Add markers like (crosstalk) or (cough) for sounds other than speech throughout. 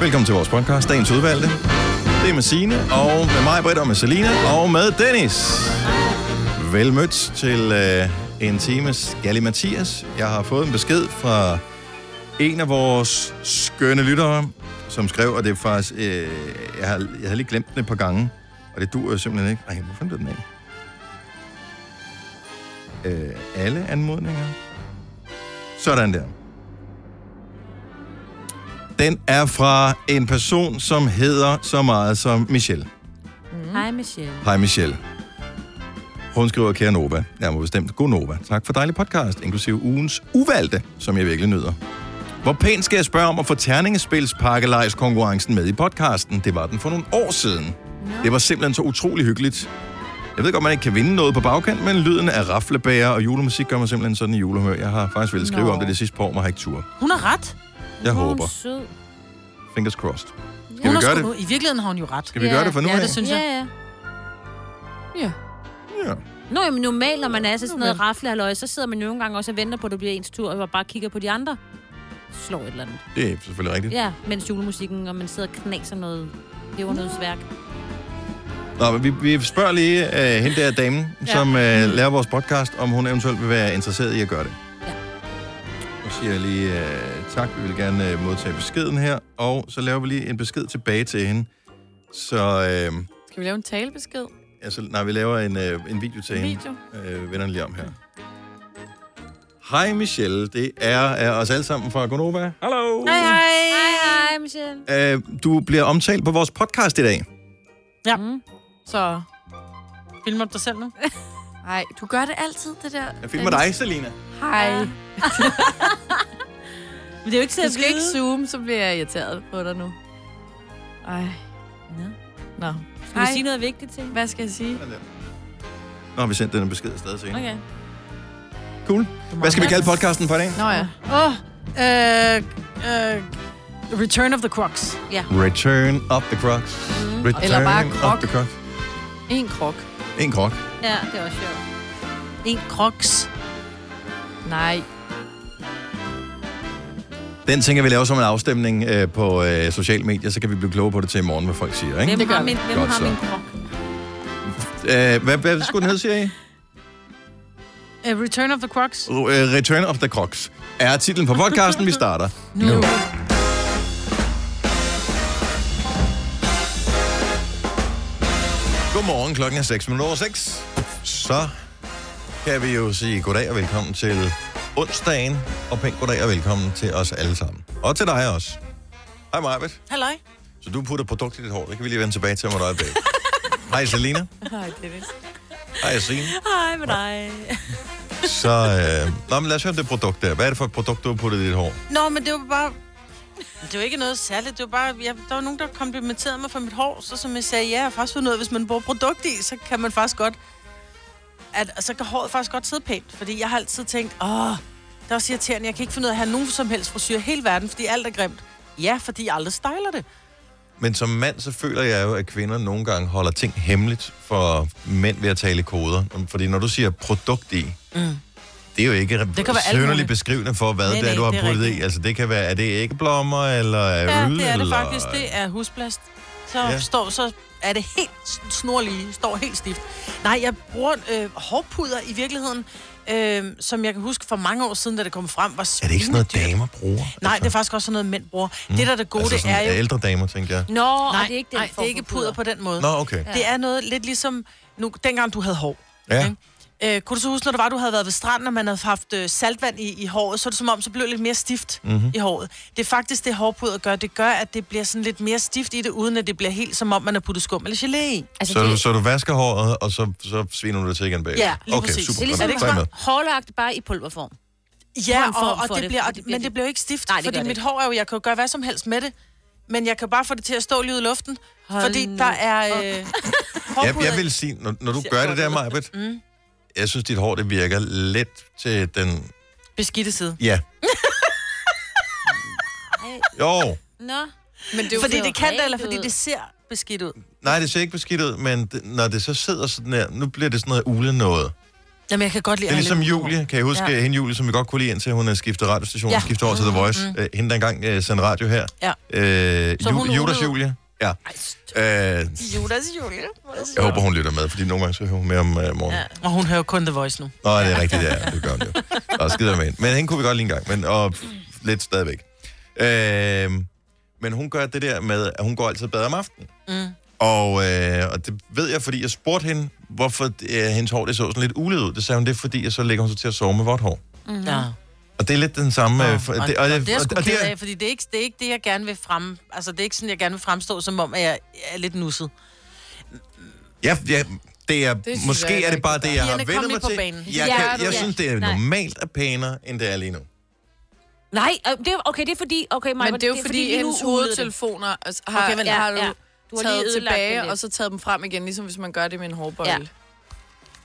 Velkommen til vores podcast, dagens udvalgte. Det er med Signe, og med mig, Britt, og med Selina, og med Dennis. Velmødt til øh, en times Galli Mathias. Jeg har fået en besked fra en af vores skønne lyttere, som skrev, og det er faktisk... Øh, jeg, har, jeg havde lige glemt den et par gange, og det dur jo simpelthen ikke. Ej, hvorfor blev den af? Øh, alle anmodninger. Sådan der. Den er fra en person, som hedder så meget som Michelle. Mm. Hej Michelle. Hej Michelle. Hun skriver, kære Nova, jeg må bestemt, god Nova. Tak for dejlig podcast, inklusive ugens uvalgte, som jeg virkelig nyder. Hvor pænt skal jeg spørge om at få terningespilspakkelejskonkurrencen med i podcasten? Det var den for nogle år siden. Det var simpelthen så utrolig hyggeligt. Jeg ved godt, man ikke kan vinde noget på bagkant, men lyden af raflebager og julemusik gør mig simpelthen sådan i julehumør. Jeg har faktisk ville skrive Nå. Nå. om det det sidste par år, men har ikke tur. Hun har ret. Jeg Hun er håber. sød. Fingers crossed. Skal Hun vi har gøre sgu- det? I virkeligheden har hun jo ret. Skal vi gøre det for nu Ja, af? det synes Ja, jeg. ja. Ja. Nå, jamen normalt, når man er til sådan noget raflehalløj, så sidder man jo nogle gange også og venter på, at det bliver ens tur, og bare kigger på de andre. Slår et eller andet. Det er selvfølgelig rigtigt. Ja, mens julemusikken, og man sidder og knaser noget pebernødsværk. Nå, men vi, vi spørger lige øh, hende der damen, ja. Ja. som øh, laver vores podcast, om hun eventuelt vil være interesseret i at gøre det. Ja. Nu siger jeg lige øh, tak, vi vil gerne øh, modtage beskeden her, og så laver vi lige en besked tilbage til hende. Så, øh, Skal vi lave en talebesked? altså, nej, vi laver en, øh, en video til hende. Video? Øh, vender den lige om her. Hej Michelle, det er, er os alle sammen fra Gonova. Hallo! Hej, hej. Hej, hej, Michelle. Øh, du bliver omtalt på vores podcast i dag. Ja. Mm. Så filmer du dig selv nu? (laughs) Nej, du gør det altid, det der. Jeg fik med dig, Selina. Hej. (laughs) Ja. Men det er jo ikke til Du at skal vide. ikke zoome, så bliver jeg irriteret på dig nu. Ej. Nå. Nå. Skal vi Hej. sige noget vigtigt til hende? Hvad skal jeg sige? Nu har vi sendt den her besked afsted til hende. Okay. Cool. Hvad skal vi kalde podcasten for i dag? Nå ja. Åh, øh, øh, Return of the Crocs. Return of the Crocs. Mm. Return Eller bare Croc. Of the Crocs. En krok. En krok. Ja, det er også sjovt. En Crocs. Nej. Den tænker vi laver som en afstemning øh, på øh, sociale medier, så kan vi blive klogere på det til i morgen, hvad folk siger. Ikke? Hvem Det gør har vi. min, hvem Godt har så. min krop? Øh, hvad, hvad skulle den hedde, siger I? Uh, Return of the Crocs. Uh, Return of the Crocs er titlen på podcasten, vi starter. Nu. Godmorgen, klokken er 6 minutter over 6. Så kan vi jo sige goddag og velkommen til onsdagen, og pænt goddag og velkommen til os alle sammen. Og til dig også. Hej Marbet. (laughs) Halløj. Så du putter produkt i dit hår, det kan vi lige vende tilbage til om et øjeblik. Hej Selina. Hej, Dennis. Hej Signe. Hej med dig. Så, øh, nå, men lad os høre om det produkt der. Hvad er det for et produkt, du har puttet i dit hår? Nå, men det var bare... Det var ikke noget særligt. Det var bare, jeg, der var nogen, der komplimenterede mig for mit hår, så som jeg sagde, ja, jeg har faktisk fundet ud af, hvis man bruger produkt i, så kan man faktisk godt... At, så kan håret faktisk godt sidde pænt, fordi jeg har altid tænkt, åh, det er også irriterende, jeg kan ikke finde ud af at have nogen som helst frisyr i hele verden, fordi alt er grimt. Ja, fordi jeg aldrig styler det. Men som mand, så føler jeg jo, at kvinder nogle gange holder ting hemmeligt for mænd ved at tale i koder. Fordi når du siger produkt i, mm. det er jo ikke det kan være alt sønderligt muligt. beskrivende for, hvad Nej, det er, nej, du har det er puttet i. rigtigt. Altså det kan være, er det æggeblommer, eller er Ja, øl, det er det eller... faktisk. Det er husplast. Så, Ja. ja. står, så er det helt sn- snorlige, står helt stift. Nej, jeg bruger øh, hårpuder i virkeligheden, øh, som jeg kan huske for mange år siden, da det kom frem, var Er det ikke sådan noget, svinedyrt. damer bruger? Nej, det er faktisk også sådan noget, mænd bruger. Mm. Det, der er det gode, altså, altså, det er jo... ældre damer, tænker jeg. Nå, og Nej, det er ikke den nej, det er ikke puder på den måde. Nå, okay. Ja. Det er noget lidt ligesom, nu, dengang du havde hår. Ja. Ikke? Øh, kunne du så huske, når det var, du havde været ved stranden, og man havde haft øh, saltvand i, i håret, så er det som om, så blev det lidt mere stift Mhm. mm-hmm. i håret. Det er faktisk det, hårpudret gør. Det gør, at det bliver sådan lidt mere stift i det, uden at det bliver helt som om, man har puttet skum eller gelé i. Altså, Så, du, det, så du vasker håret, og så, så sviner du det til igen bagefter? Ja, lige okay, præcis. Super, det er godt. Så jeg ligesom hårlagt bare i pulverform. Ja, en form og, og for det, det, bliver, for og, det det, bliver men det- det bliver jo ikke stift, Nej, Nej, det gør fordi det mit ikke. hår er jo, jeg kan jo gøre hvad som helst med det, men jeg kan bare få det til at stå lige ud i luften, Hold fordi nu der er øh, jeg, hårpudret jeg vil sige, når, når du gør det der, Majbet, mm. jeg synes, dit hår, det virker lidt til den... beskidte side. Ja, Ej, jo. Nå. Men det er jo Fordi ser det kan det, eller rent fordi ud. det ser beskidt ud. Nej, det ser ikke beskidt ud, men det, når det så sidder sådan her, nu bliver det sådan noget ule noget. Jamen, jeg kan godt lide Det er ligesom Erling. Julie, kan jeg huske ja. Ja. hende Julie, som vi godt kunne lide, indtil hun øh, havde skiftet radiostation, ja. Ja. Mm-hmm. skiftet over til The Voice. Mm. Hende, der engang øh, sendte radio her. Ja. Øh, Så hun Ju- Judas rullede. Julie. Ja. Øh, Judas Julie. jeg håber, hun lytter med, fordi nogle gange så hører hun med om øh, morgenen. Ja. Ja. Og hun hører kun The Voice nu. Nå, det er rigtigt, det er. Det gør hun jo. Og skider med hende. Men hende kunne vi godt lide en gang, men, og f- lidt stadigvæk. Øh, men hun gør det der med, at hun går altid bedre om aftenen. Mm. Og, øh, og det ved jeg, fordi jeg spurgte hende, hvorfor øh, hendes hår det så sådan lidt ulet ud. Det sagde hun, det er fordi, at så lægger hun sig til at sove med vådt hår. Ja. Og det er lidt den samme... øh, for- Mm-hmm. Og, det, og, det er jeg sgu og det ked er- af, fordi det er, ikke, det er ikke det, jeg gerne vil frem... Altså, det er ikke sådan, jeg gerne vil fremstå, som om at jeg er lidt nusset. Ja, ja, det er, det synes jeg måske jeg, er det ikke bare er det, jeg har Pigerne, kom vendt lige mig på til. banen. Jeg, Ja, kan, du- jeg ja. synes, det er Nej. normalt at pænere, end det er lige nu. Nej, øh, det, er- okay, det er fordi... Okay, Maja, Men det er jo fordi, fordi lige nu hendes ulede det. hovedtelefoner altså, har, Okay, okay, vel, men, har du ja. ja. Du har lige taget ødelagt det lidt. tilbage, og så taget dem frem igen, ligesom hvis man gør det med en hårbøjle. Ja. Ja.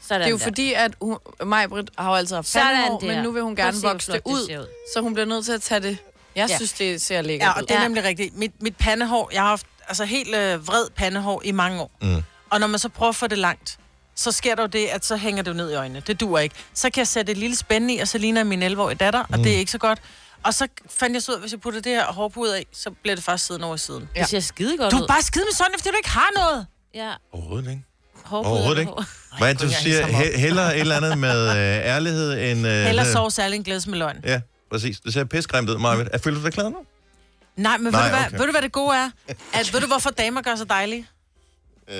Sådan Det er jo der. fordi, at hun, Majbrit har jo altid haft Sådan pandehår, der. men nu vil hun Prøv at gerne se, hvor vokse det flot det ud, ser ud. så hun bliver nødt til at tage det. Jeg Ja. ja. synes, det ser lækkert Ja, og det er Ja. nemlig rigtigt. Mit, mit pandehår, jeg har haft altså, helt øh, vred pandehår i mange år. Mm. Og når man så prøver at få det langt, så sker der jo det, at så hænger det jo ned i øjnene. Det duer ikke. Så kan jeg sætte et lille spænde i, og så ligner jeg min 11-årige datter, Mm. og det er ikke så godt. Og så fandt jeg så ud, at hvis jeg putter det her hårpude af, så bliver det faktisk siden over siden. Det ser skide godt Du ud. er bare skide med sådan, fordi du ikke har noget. Ja, Overhovedet ikke. hårpuder Overhovedet med ikke. hår. (laughs) Hvad er det, kunne du jeg siger? hisse ham op. He- Heller et eller andet med øh, ærlighed end... Øh, Heller det- sov særlig en glædes med løgn. Ja, præcis. Det ser pissegrimt ud, Marvind. Er føler du dig klar nu? Nej, men Nej, ved, du hvad, okay. ved du, hvad det gode er? At, ved du, hvorfor damer gør så dejlige? Øh...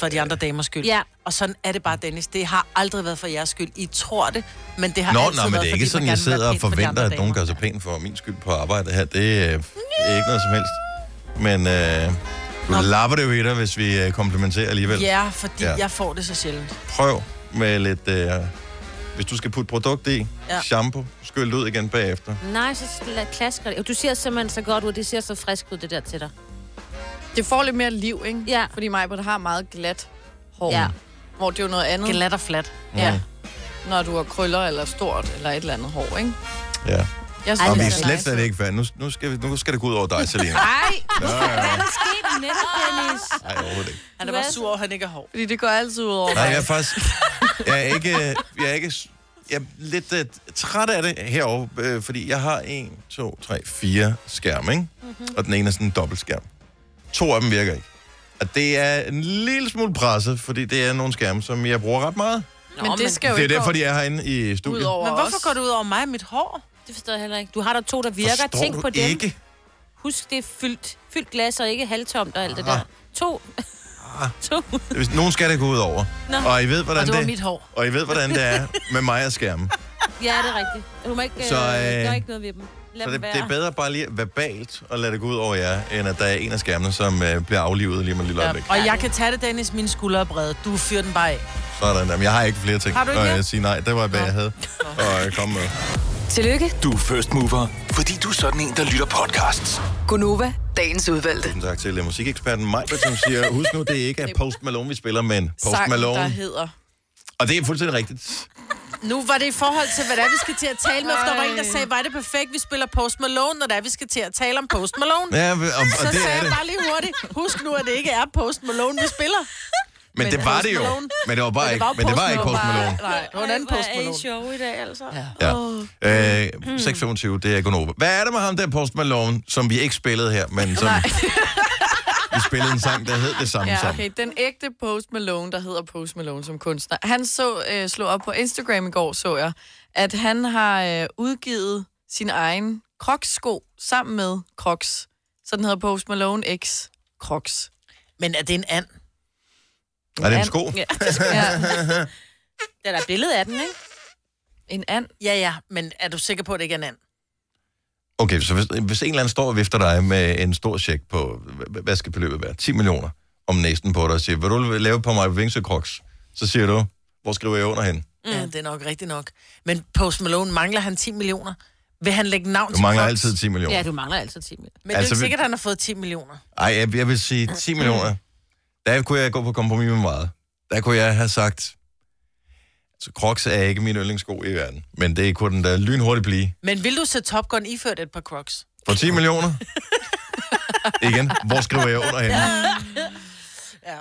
For de andre damers skyld. Ja. Og sådan er det bare, Dennis. Det har aldrig været for jeres skyld. I tror det, men det har Nå, altid nej, men været, det er fordi ikke man sådan, jeg gerne vil være sidder og pæn for de forventer, andre at nogen damer. gør sig pæn for min skyld på arbejde her. Det øh, er ikke noget som helst. Men øh, du lapper det jo i dig, hvis vi øh, komplementerer alligevel. Ja, fordi Ja. ja. jeg får det så sjældent. prøv med lidt... Øh, hvis du skal putte produkt i, ja. Ja. shampoo, skyl det ud igen bagefter. Nej, så sla- klasker det. Du ser simpelthen så godt ud. Det ser så frisk ud, det der til dig. Det får lidt mere liv, ikke? Ja. Fordi Majbrit har meget glat hår. Ja. Hvor det er jo noget Mm. andet, Glat og flat. ja, når du har krøller eller stort eller et eller andet hår, ikke? Ja. Jeg Ej, Og vi det er er slet slet ikke færdige. Nu, nu, skal, vi, nu skal det gå ud over dig, Selina. Nej, Hvad er der sket med dig, Dennis? Nej, overhovedet ikke. Han er Du er bare sur over, at han ikke er hård. fordi det går altid ud over Nej, jeg er mig. faktisk... Jeg er ikke... Jeg er ikke jeg er lidt uh, træt af det herovre, øh, fordi jeg har en, to, tre, fire skærme, ikke? Mhm. Mm-hmm. Og den ene er sådan en dobbeltskærm. To af dem virker ikke. Og det er en lille smule presset, fordi det er nogle skærme, som jeg bruger ret meget. Men det skal jo Det er ikke derfor, gå de er herinde i ud studiet. over Men hvorfor os. går det ud over mig og mit hår? Det forstår jeg heller ikke. Du har der to, der virker. Forstår Tænk du på dem. ikke? Husk, det er fyldt, fyldt glas og ikke halvtomt og alt det Ah. der. To. to. Hvis nogen skal det gå ud over. Nå. Og I ved, hvordan Og det var det, mit hår. og I ved, hvordan det er med mig og skærmen. Ja, det er rigtigt. Du må ikke Så, så, øh, øh, gøre ikke noget ved dem. Lad dem Så det, være. det er bedre bare lige verbalt at lade det gå ud over jer, end at der er en af skærmene, som øh, bliver aflivet lige om et lille øjeblik. Og jeg kan tage det, Dennis, mine skuldre er brede. Du fyrer den bare af. Sådan der. Men jeg har ikke flere ting. Har du ikke Og mere? jeg siger nej, det var, hvad jeg havde at øh, komme med. Tillykke, Du er first mover, fordi du er sådan en, der lytter podcasts. Gunova, dagens udvalgte. Tusind tak til øh, musikeksperten Maj, som siger, husk nu, det er ikke er Post Malone, vi spiller, men Post Sangen, der Malone. hedder... Og det er fuldstændig rigtigt. Nu var det i forhold til, hvad det er, vi skal til at tale med. For der var en, der sagde, var det perfekt, vi spiller Post Malone, når det er, vi skal til at tale om Post Malone. Ja, og, og Så det sagde er jeg det. bare lige hurtigt, husk nu, at det ikke er Post Malone, vi spiller. Men det var det jo. Post Malone. Men det var bare ikke, men det var ikke Post Malone. Nej, det var en anden Post Malone. sjov i dag, altså. Ja. Ja. Øh, Mm. 6.25, det er Gunova. Hvad er det med ham der Post Malone, som vi ikke spillede her, men som (laughs) vi spillede en sang, der hed det samme Ja, sammen? okay. Den ægte Post Malone, der hedder Post Malone som kunstner, han så øh, slå op på Instagram i går, så jeg, at han har øh, udgivet sin egen Crocs-sko sammen med Crocs. Så den hedder Post Malone X Crocs. Men er det en and? Er det en sko? Ja. ja. Der er et billede af den, ikke? En and. Ja, ja, men er du sikker på, at det ikke er en and? Okay, så hvis, hvis en eller anden står og vifter dig med en stor check på, hvad- hvad skal beløbet være? 10 millioner om næsten på dig og siger, vil du lave på mig vingsøkroks? Så siger du, hvor skriver jeg under hen? Mm. Ja, det er nok rigtigt nok. Men Post Malone, mangler han 10 millioner? Vil han lægge navn Du mangler Crocs? altid 10 millioner. Ja, du mangler altid 10 minutter. Men altså, det Altså, er vi- jo ikke sikkert, at han har fået 10 millioner. Ej, jeg, jeg vil sige 10 Mm. millioner. Der kunne jeg gå på kompromis med meget. Der kunne jeg have sagt, altså Crocs er ikke min yndlingssko i verden, men det kunne den da lynhurtigt blive. Men vil du se Top Gun iført et par Crocs? For 10 millioner? Igen, hvor skriver jeg under henne? Ja.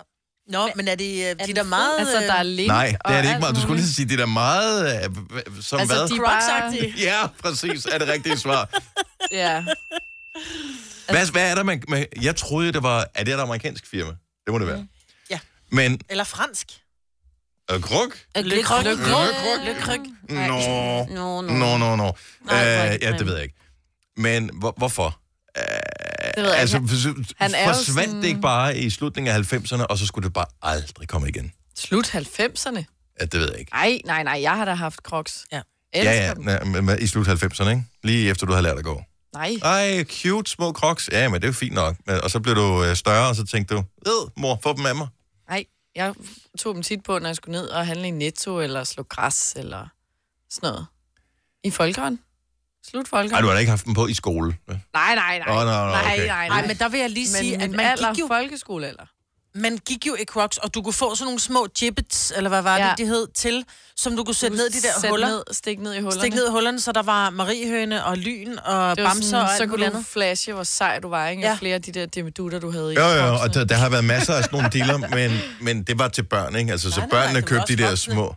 Nå, men er det øh, de den der fed? meget... Altså, der er link Nej, og det er det ikke Altså, alt meget. Du skulle lige muligt. så sige, det er da meget... Øh, hva- som Altså, hvad? de- Crocs-agtige. (laughs) Ja, præcis, er det rigtige svar. Ja. Hvad, hvad er der, man, man... Jeg troede, det var... Er det et amerikansk firma? Det må det være. Ja. Men Eller fransk. øh, kruk? Le Croc. Le Croc. Le Croc. Nå, Nå, nå. nå, nå, nå. Øh, det var ikke Ja, det nemt. ved jeg ikke. Men hvor, hvorfor? Øh, Det ved jeg altså, ikke. Han Han er jo forsvandt sådan- det ikke bare i slutningen af 90'erne, og så skulle det bare aldrig komme igen? Slut 90'erne. Ja, det ved jeg ikke. Nej, nej, nej, jeg har da haft Crocs. Ja. Elsker Ja, ja, dem. ja, men hvad- i slut 90'erne, ikke? Lige efter du havde lært at gå. Nej. Ej, cute små crocs. Ja, men det er jo fint nok. Men- Og så blev du øh, større, og så tænkte du, ved, mor, få dem af mig. Nej, jeg tog dem tit på, når jeg skulle ned og handle i Netto, eller slå græs, eller sådan noget. I folkeren. Slut Nej, folkeren. du har da ikke haft dem på i skole. vel? Nej, nej, nej. Åh, nå, nå, nej, okay. nej, nej. Nej, men der vil jeg lige sige, at min man alder, gik, jo, folkeskolealder. man gik jo i Crocs, og du kunne få sådan nogle små gibbets, eller hvad var ja. Ja. det, det hed, til, som du kunne sætte Du ned i de der sæt huller. Ned, stik ned i hullerne. Stik ned i hullerne, så der var mariehøne og lyn og Det var bamser sådan, og så alt kunne muligt du andet. flashe, hvor sej du var, ikke? Ja. Ja. Og flere af de der dimmedutter, du havde i. Jo, jo, Crocs'en. og der, der har været masser af sådan nogle (laughs) dealer, men, men det var til børn, ikke? Altså, så Nej, nej, nej, børnene det var købte de også der voksne.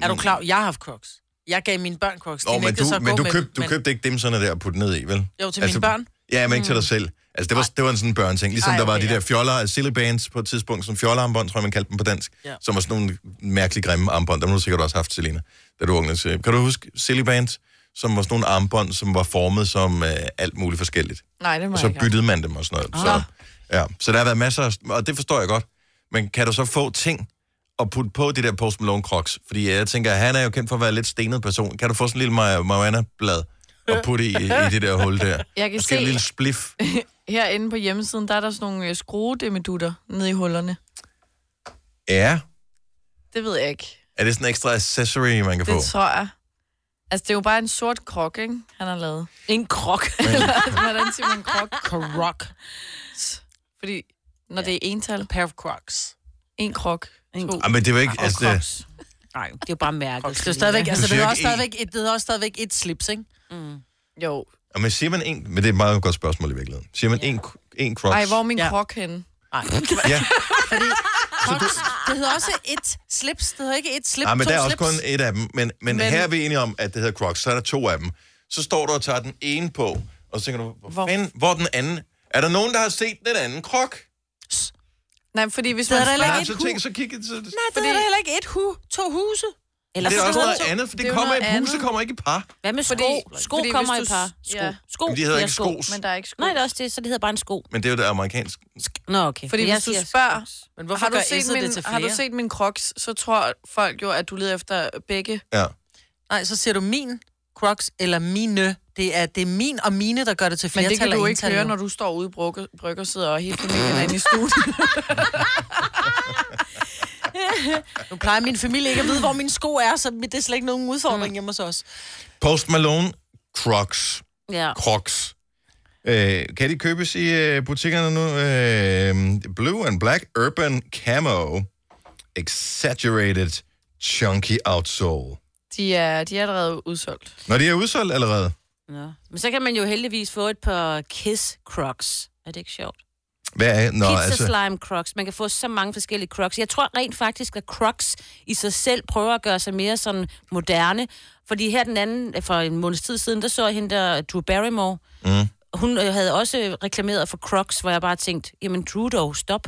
små... Er du klar? Jeg har haft Crocs. Jeg gav mine børn Crocs. De Nå, men nægtede så du, at men gå du, med køb, dem, du men- købte ikke dem sådan der at putte ned i, vel? Altså, Jo, til mine børn. Mm. Ja, men ikke til dig selv. Altså, det var, det var en sådan en børnting. Ligesom Ej, Ej, okay, der var okay, de ja. der fjoller, silly bands på et tidspunkt, som fjollearmbånd, tror jeg, man kaldte dem på dansk, ja. Ja. som var sådan nogle mærkelige grimme armbånd. Dem har du sikkert også haft, Selina, da du var ung. Så Kan du huske silly bands, som var sådan nogle armbånd, som var formet som øh, alt muligt forskelligt? Nej, det må Og jeg så ikke. byttede man dem og sådan noget. Ah. Så, ja. så der har været masser af... Og det forstår jeg godt. Men kan du så få ting og putte på de der Post Malone Crocs? Fordi jeg tænker, han er jo kendt for at være lidt stenet person. Kan du få sådan en lille Mariana-blad og putte i, i det der hul der? (laughs) Jeg kan Måske en se- lille spliff. Herinde på hjemmesiden, der er der sådan nogle øh, skruedimmedutter nede i hullerne. Ja. Det ved jeg ikke. Er det sådan en ekstra accessory, man kan Det få? tror jeg. Altså, det er jo bare en sort krok, ikke? Han har lavet. En (laughs) krok. Hvordan siger man krok? Croc. Fordi når det er ental, Pair of Crocs. en krok, En to. Ah, men det var ikke... Og Altså, det, Crocs. Nej, det er jo bare mærket. Det er stadigvæk, altså, Du det siger er ikke også stadigvæk, et, det er også stadigvæk et slips, ikke? Mm. Jo. ah, men siger man en... Men det er et meget godt spørgsmål i virkeligheden. Siger man en, en Crocs? Ej, hvor er min Ja. krok henne? Nej. (laughs) Ja. Crocs, det hedder også et slips. Det hedder ikke et slip, Nej, Ah, men to der er også slips. kun et af dem. Men, men, men Men- her er vi enige om, at det hedder Crocs. Så er der to af dem. Så står du og tager den ene på, og så tænker du, hvor, hvor? Hvor- Fanden, hvor er den anden? Er der nogen, der har set den anden krok? Nej, fordi hvis Det man... er der heller Nej, ikke så et tænk, hus. så kig... Så, det, Nej, det er der heller ikke et hu, to huse. Eller det er også sko. noget andet, for det, det er jo kommer i noget et hus, det andet. kommer ikke i par. Hvad med sko? Fordi- sko fordi kommer i hvis du- par. Sko. ja. sko. Men de hedder Ja, ikke sko. skos. Men der er ikke sko. Nej, det er også det, så det hedder bare en sko. Men det er jo det amerikanske. Nå, okay. Fordi Jeg hvis du siger sko. spørger, Men hvorfor har du, gør set S'et det til min, har du flere? set min crocs, så tror folk jo, at du leder efter begge. Ja. Nej, så siger du min Crocs eller mine. Det er, det er min og mine, der gør det til Men flertal det kan og du ikke ental, høre, jo. når du står ude i brygge- brygge og sidder og hele familien er inde i studiet. (laughs) Nu plejer min familie ikke at vide, hvor mine sko er, så det er slet ikke nogen udfordring hjemme hos os. Post Malone, Crocs. Ja. Crocs. Øh, kan de købes i øh, butikkerne nu? Øh, blue and Black Urban Camo. Exaggerated Chunky Outsole. De er, de er allerede udsolgt. Når de er udsolgt allerede. Nå. Men så kan man jo heldigvis få et par Kiss Crocs. Er det ikke sjovt? Hvad er, Nå, når, Pizza altså... Slime Crocs. Man kan få så mange forskellige Crocs. Jeg tror rent faktisk, at Crocs i sig selv prøver at gøre sig mere sådan moderne. Fordi her den anden, øh, for en måneds tid siden, der så jeg hende der, Drew Barrymore. Mm. Hun øh, havde også reklameret for Crocs, hvor jeg bare tænkte, jamen Drew dog, stop.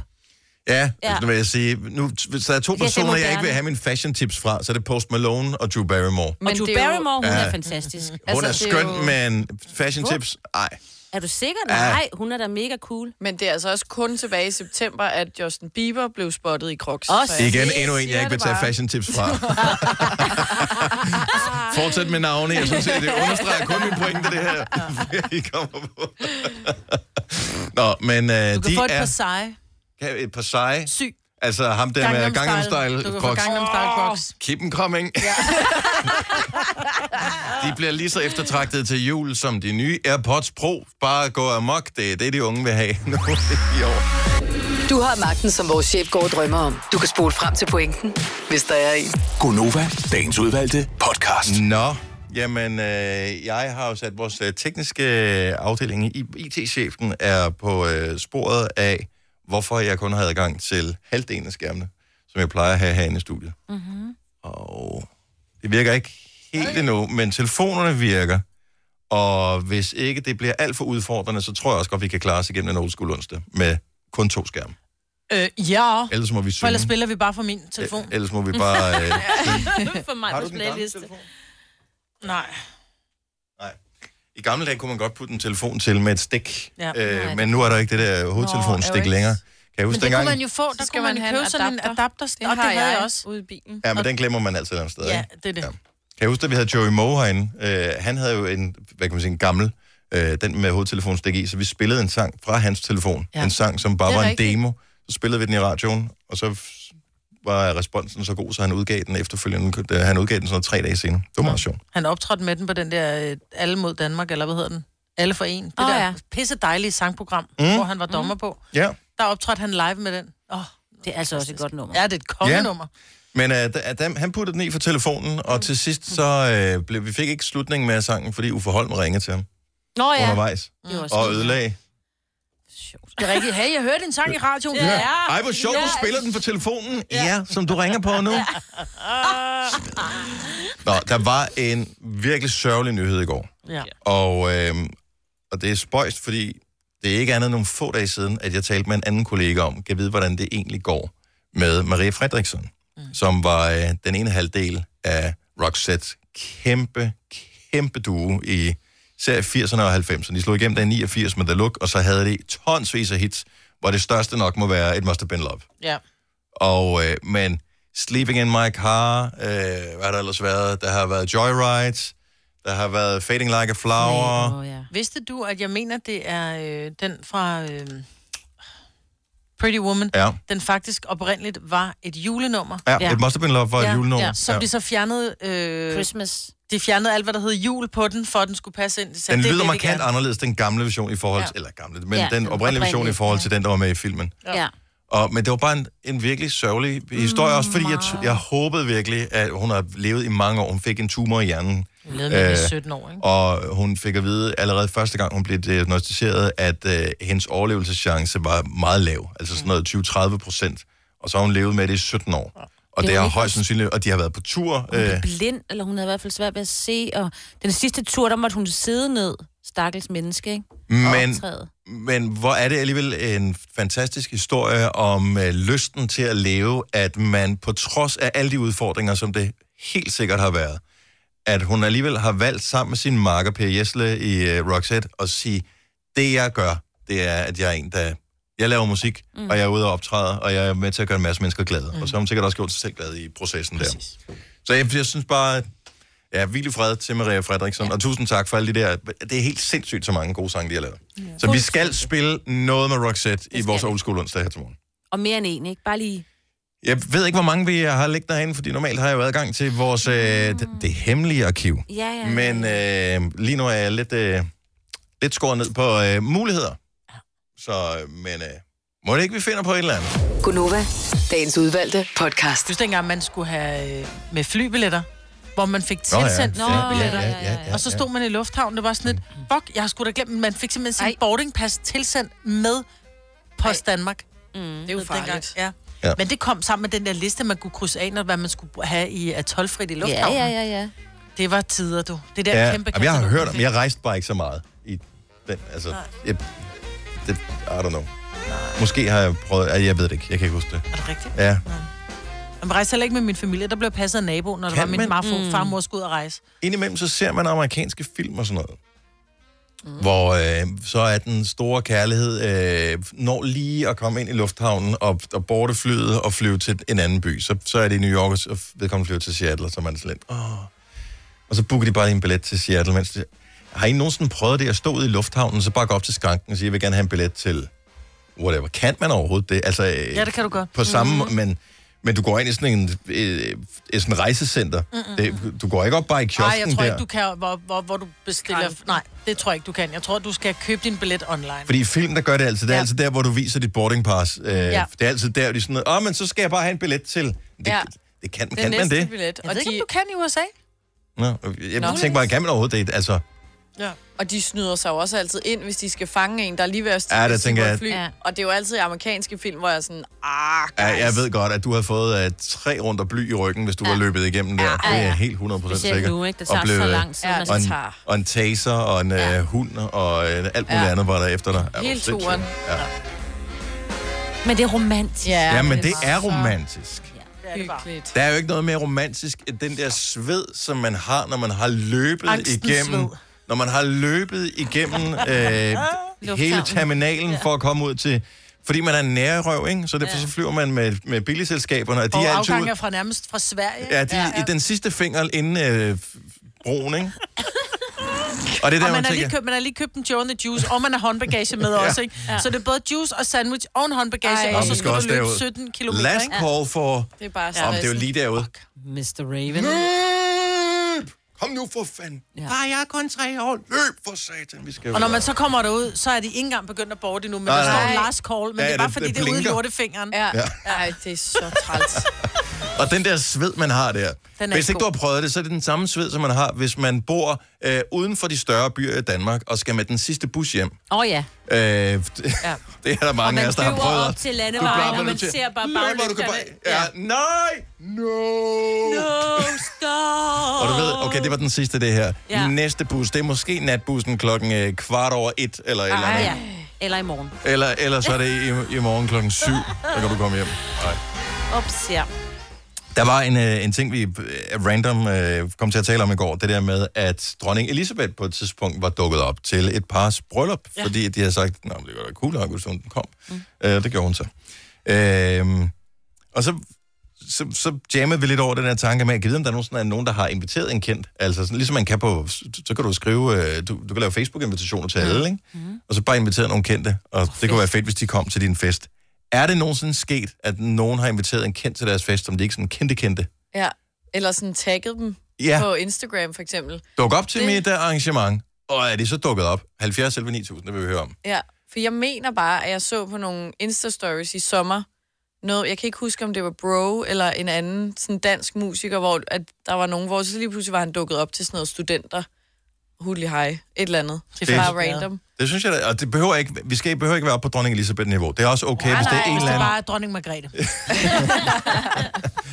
Ja, ja. Ja. vil jeg sige. Nu, hvis der er to det er personer, jeg ikke moderne. vil have mine fashion tips fra, så er det Post Malone og Drew Barrymore. Men og Drew det er jo- Barrymore, hun Ja. er fantastisk. Hun Altså, er det er skøn, jo- men fashion tips? Ej. Er du sikker? Ja. Nej, hun er da mega cool. Men det er altså også kun tilbage i september, at Justin Bieber blev spottet i Crocs. Også. Så jeg- Igen Jeg endnu en, siger jeg ikke vil det tage bare. fashion tips fra. Fortsæt med navne. Jeg synes, at det understreger kun min pointe, det her. (laughs) I kommer på. Nå, men øh, Du kan de få et par er seje. kan- et par seje. Syg. Altså ham der med Gangnam Du Style kan få Crocs. Gangnam Style Crocs. Keep them coming. (laughs) de bliver lige så eftertragtede til jul som de nye AirPods Pro. Bare gå amok. Det er det, de unge vil have (laughs) nu i år. Du har magten, som vores chef går og drømmer om. Du kan spole frem til pointen, hvis der er en. Gonova, dagens udvalgte podcast. Nå, jamen, øh, jeg har jo sat vores øh, tekniske afdeling, I- IT-chefen, er på øh, sporet af, hvorfor jeg kun har adgang til halvdelen af skærmene, som jeg plejer at have herinde i studiet. Mm-hmm. Og det virker ikke helt endnu, men telefonerne virker. Og hvis ikke det bliver alt for udfordrende, så tror jeg også godt, vi kan klare os igennem en old school onsdag med kun to skærme. Øh, ja. Ellers må vi For synge. ellers spiller vi bare fra min telefon. Øh, Ellers må vi bare... Øh, For mig Har på du den gamle playliste. Nej. I gamle dage kunne man godt putte en telefon til med et stik. Ja. øh, men nu er der ikke det der hovedtelefonstik Nå, jo længere. Kan jeg huske Men det kunne dengang? man jo få, der skal kunne man, man jo have købe en sådan en adapter. adapter, og det havde jeg også. ude i bilen. Ja, men den glemmer man altid et eller andet sted, Ja, ikke? det er det. Ja. Kan jeg huske, da vi havde Joey Moe herinde? Øh, han havde jo en, hvad kan man sige, en gammel, øh, den med hovedtelefonstik i, så vi spillede en sang fra hans telefon. Ja. Ja. En sang, som bare Det er var en rigtigt. demo. Så spillede vi den i radioen, og så f- var responsen så god, så han udgav den efterfølgende. da Han udgav den sådan noget tre dage senere. Det var meget sjovt. Han optrådte med den på den der øh, Alle mod Danmark, eller hvad hedder den? Alle for en. Det Åh, der ja. Mm. pisse dejlige sangprogram, Mm. hvor han var dommer på. Ja. Der optrådte han live med den. Åh, Det er altså også et godt nummer. ja, det er et kongenummer. Men øh, da- da- han puttede den i for telefonen, og til sidst så øh, blev, vi fik ikke slutningen med sangen, fordi Uffe Holm ringede til ham Nå ja. ja, undervejs det var også og ødelagde. sjovt. Det er rigtigt. Hey, jeg hørte en sang i radioen. Ja. Ej, hvor sjovt, du spiller den på telefonen. Ja, som du ringer på nu. Ah, Nå, der var en virkelig sørgelig nyhed i går. Ja. Og, øh, og det er spøjst, fordi det er ikke andet end nogle få dage siden, at jeg talte med en anden kollega om, kan vide, hvordan det egentlig går med Maria Fredriksson, mm. som var øh, den ene halvdel af Roxettes kæmpe, kæmpe duo i serie 80'erne og 90'erne. De slog igennem der i 89 med The Look, og så havde de tonsvis af hits, hvor det største nok må være et Must Have Been Love. ja. Og, øh, men Sleeping in My Car, øh, hvad har der ellers været? Der har været Joyride, der har været Fading Like a Flower. Åh, ja. Vidste du, at jeg mener, det er øh, den fra øh, Pretty Woman? Ja. Den faktisk oprindeligt var et julenummer. Ja, ja. Ja. It Must Have Been Love var ja. et julenummer. Ja. Som de så fjernede... Øh, Christmas. de fjernede alt, hvad der hed jul på den, for at den skulle passe ind. De sagde, Den det er lyder det, vi markant gerne- anderledes, den gamle version i forhold Ja. til, eller gamle, men Ja, den den oprindelige version i oprindelige, forhold ja. til den, der var med i filmen. Ja. Og, men det var bare en, en virkelig sørgelig Mm, historie, også fordi jeg, t- jeg håbede virkelig, at hun har levet i mange år. Hun fik en tumor i hjernen, Hun lavede med Øh, øh, 17 år, ikke? og hun fik at vide allerede første gang, hun blev diagnostiseret, at øh, hendes overlevelseschance var meget lav. Altså sådan noget 20-30 procent. Og så har hun levet med det i 17 år. Og Det det er har jo ikke- højst sandsynligt, og de har været på tur. Hun blev Øh, blind, eller hun havde i hvert fald svært ved at se, og den sidste tur, der måtte hun sidde ned, stakkels menneske, ikke? men Optræde. Men hvor er det alligevel en fantastisk historie om øh, lysten til at leve, at man på trods af alle de udfordringer, som det helt sikkert har været, at hun alligevel har valgt sammen med sin marker Per Jesle i øh, Roxette at sige, det jeg gør, det er, at jeg er en, der... Jeg laver musik, mm. og jeg er ude og optræder, og jeg er med til at gøre en masse mennesker glade. Mm. Og så har hun sikkert også gjort sig selv glad i processen Præcis. der. Så jeg, jeg synes bare, Ja, vildt fred til Maria Fredriksson, ja. og tusind tak for alle de der... Det er helt sindssygt, så mange gode sange, de har lavet. Ja. Så vi skal spille noget med Roxette i vores old school onsdag her til morgen. Og mere end en, ikke? Bare lige... Jeg ved ikke, hvor mange vi har lægt derhen, fordi normalt har jeg jo adgang til vores, øh, Hmm. det, det hemmelige arkiv. Ja, ja. Men øh, lige nu er jeg lidt, øh, lidt skåret ned på øh, muligheder. Så, øh, men øh, må det ikke, vi finder på et eller andet? Gunova, dagens udvalgte podcast. Jeg synes dengang, man skulle have øh, med flybilletter, hvor man fik Nå, ja. tilsendt Ja, ja, flybilletter. ja, ja, ja, Og så stod man i lufthavnen, det var sådan et, Mm. fuck, jeg har sgu da glemt, men man fik simpelthen sin Ej. boardingpas tilsendt med Post Danmark. Mm. Det er jo Dengang, farligt. ja. Ja. ja. Men det kom sammen med den der liste, man kunne krydse af, når hvad man skulle have i atolfrit i Ja, lufthavnen. ja, ja, ja. Det var tider, du. Det der Ja, kæmpe jamen, jeg har katalog, hørt man om, fik. jeg rejste bare ikke så meget. I den, altså, jeg, det, I don't know. Måske har jeg prøvet, ej, jeg ved det ikke, jeg kan ikke huske det. Er det rigtigt? Ja, Man rejste heller ikke med min familie, der blev passet af naboen, når der Kan var min man? marfo, Mm. farmor skulle ud og rejse. indimellem så ser man amerikanske film og sådan noget. Mm. Hvor øh, så er den store kærlighed, øh, når lige at komme ind i lufthavnen og, og borte flyet og flyve til en anden by. Så, så er det i New York, og så- vedkommende flyver til Seattle, og så er man sådan lidt, åh. Og så booker de bare lige en billet til Seattle. Mens de, har I nogensinde prøvet det at stå ude i lufthavnen, så bare gå op til skranken og sige, jeg vil gerne have en billet til whatever. Kan man overhovedet det? Altså, øh, Ja, det kan du godt. på samme mm-hmm. men, men du går ind i sådan en, øh, et sådan rejsecenter. Mm-hmm. Det, du går ikke op bare i kiosken Nej, Mm. jeg tror der. ikke, du kan, hvor, hvor, hvor du bestiller... Nej, det tror jeg ikke, du kan. Jeg tror, du skal købe din billet online. Fordi i film, der gør det altid. Det er ja. Ja. altid der, hvor du viser dit boarding pass. Øh, ja. Det er altid der, hvor de er sådan noget, åh, men så skal jeg bare have en billet til. Det, ja. Ja. det kan, det Den kan man næste det? billet. Jeg ved ikke, om du kan i USA. Nå, jeg Nå. tænker bare, kan man overhovedet det? Altså, Ja. Og de snyder sig jo også altid ind, hvis de skal fange en, der er lige ved at Ja, der hvis de tænker går jeg, i at- fly. Ja. Og det er jo altid i amerikanske film, hvor jeg er sådan, ah, guys. Ja, jeg ved godt, at du havde fået uh, tre runder bly i ryggen, hvis du ja. var løbet igennem der. Ja, ja. Det er jeg helt 100% Specielt sikker. nu, ikke? Det Og tager blev, så øh, lang tid. Ja, man Og det skal- en, tager. og en taser, og en ja. Ja. øh, hund, og øh, alt muligt ja. Ja. andet var der efter dig. Ja, hvor Hele sindssygt. turen. Ja. Men det er romantisk. Ja, ja, men det bare er så romantisk. det er det bare. Hyggeligt. Der er jo ikke noget mere romantisk end den der sved, som man har, når man har løbet Angstens igennem... sved. Når man har løbet igennem øh, hele terminalen for at komme ud til... Fordi man er nærrøv, ikke? Så derfor så flyver man med, med billigselskaberne, og de Og er altid... afgangen er fra nærmest fra Sverige. Ja, de, ja. i den sidste finger inden øh, broen, ikke? Og det er der, Og man man har, lige tænker... købt, man har lige købt en Joe and the Juice, og man har håndbagage (laughs) med ja. også, ikke? Så det er både juice og sandwich og en håndbagage, Ej. og Nå, så skal vi skal du også løbe derud. 17 km, Last ikke? call for... Det er bare Om det er jo stressende. lige derude. Mr. Raven. Løb! Kom nu for fanden. Ja. Far, jeg er kun tre år. Løb for satan. Vi skal Og når man så kommer derud, så er de ikke engang begyndt at borte endnu, men Nej, der nej. står last call, men Ja, det er bare det- fordi, det det, er ude i blinker. lortefingeren. Ja. Ej, det er så (laughs) træls. Og den der sved, man har der. Den er Hvis ikke ikke du har prøvet det, så er det den samme sved, som man har, hvis man bor øh, uden for de større byer i Danmark, og skal med den sidste bus hjem. Åh oh, ja. Øh, ja. (laughs) Det er der mange af os, der har prøvet. op til Du er landevejen, bare og man nødt til- ser bare Løb, hvor du kan baglygterne. bare- Ja, nej! No! no. stop. Og du ved, okay, det var den sidste, det her. Ja. Ja. Næste bus, det er måske natbussen klokken øh, kvart over et, eller et eller Ah, andet. ja. Eller i morgen. Eller, eller så er det i, i morgen klokken 7, der kan du komme hjem. Nej. Ups, ja. Der var en, øh, en ting, vi øh, random øh, kom til at tale om i går. Det der med, at dronning Elisabeth på et tidspunkt var dukket op til et pars bryllup. Ja. Fordi de havde sagt, at det var da cool, at hun kom. Mm. Øh, det gjorde hun så. Øh, og så, så, så jammede vi lidt over den her tanke med, at jeg ved, om der nogensinde er nogen, der har inviteret en kendt. Altså, sådan, ligesom man kan på, så kan du skrive, øh, du, du kan lave Facebook-invitationer til alle, ikke? Mm. Og så bare invitere nogle kendte, og det kunne være fedt, hvis de kom til din fest. Er det nogensinde sket, at nogen har inviteret en kendt til deres fest, som de ikke sådan kendte kendte? Ja. Eller sådan tagget dem Ja, på Instagram, for eksempel. duk op til det- mit øh, arrangement. Og er de så dukket op? 70 eller 9000, det vil vi høre om. Ja, for jeg mener bare, at jeg så på nogle Insta-stories i sommer, noget, jeg kan ikke huske, om det var Bro eller en anden sådan dansk musiker, hvor at der var nogen, hvor så lige pludselig var han dukket op til sådan noget studenter. Hulli hej, et eller andet. Det er er bare fedt. random. Det synes jeg, da- og det behøver ikke, vi skal, behøver ikke være oppe på dronning Elisabeth-niveau. Det er også okay, hvis det er en Hvis eller det anden. bare er dronning Margrethe.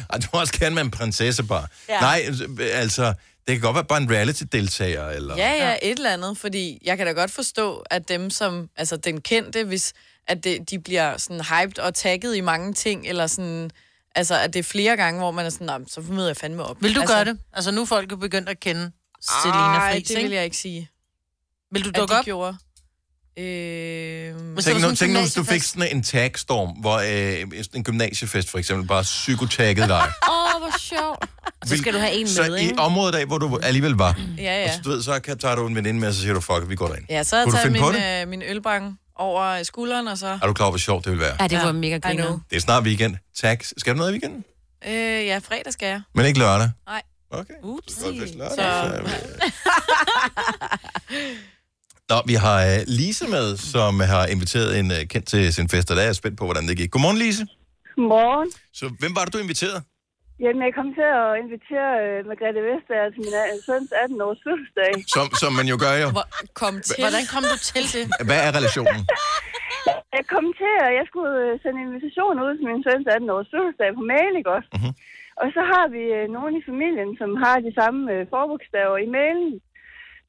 Ej, du også kan med en prinsesse bare. Ja. Nej, altså, det kan godt være bare en reality-deltager, eller... Ja, ja, et eller andet, fordi jeg kan da godt forstå, at dem som, altså den kendte, hvis at det, de bliver sådan hyped og tagget i mange ting, eller sådan, altså at det er flere gange, hvor man er sådan, "Nå, men så møder jeg fandme op. Vil du altså, gøre det? Altså, nu er folk jo begyndt at kende Selina Nej, Friis, det vil ikke? jeg ikke sige. Vil du at dukke de op? gjorde. Øh, Hvis det Øhm, Tænk nu, var sådan tænk en nu, hvis du fik gymnasiefest. sådan en tagstorm, hvor øh, en gymnasiefest for eksempel bare psykotaggede (laughs) dig. Åh, oh, hvor sjovt. Og så skal du have en så med, ikke? i området af, hvor du alligevel var, ja. ja, og ja. så, du ved, så kan, tager du en veninde med, og så siger du, fuck, vi går derind. Ja, så havde Kunne du jeg taget finde på min, øh, min ølbank over øh, skulderen, og så... Er du klar, over, hvor sjovt det vil være? Ja, det var mega I know. griner. Det er snart weekend. Tak. Skal du noget i weekenden? Øh, ja, fredag skal jeg. Men ikke lørdag? Nej. Okay. Upsi. Godt, hvis lørdag, Så- så... Nå, vi har øh, Lise med, som har inviteret en øh, kendt til sin fest, og der er jeg spændt på, hvordan det gik. Godmorgen, Lise. Godmorgen. Så hvem var det, du inviterede? Jamen, jeg kom til at invitere øh, Margrethe Vestager til min øh, søns 18-års fødselsdag. Som, som man jo gør jo. Hvor, kom til. Hvordan kom du til det? Hvad er relationen? Jeg kom til, at jeg skulle øh, sende invitationer ud til min søns 18-års fødselsdag på mail, ikke også? Mhm. Mm-hmm. Og så har vi øh, nogen i familien, som har de samme øh, forbogstaver i mailen.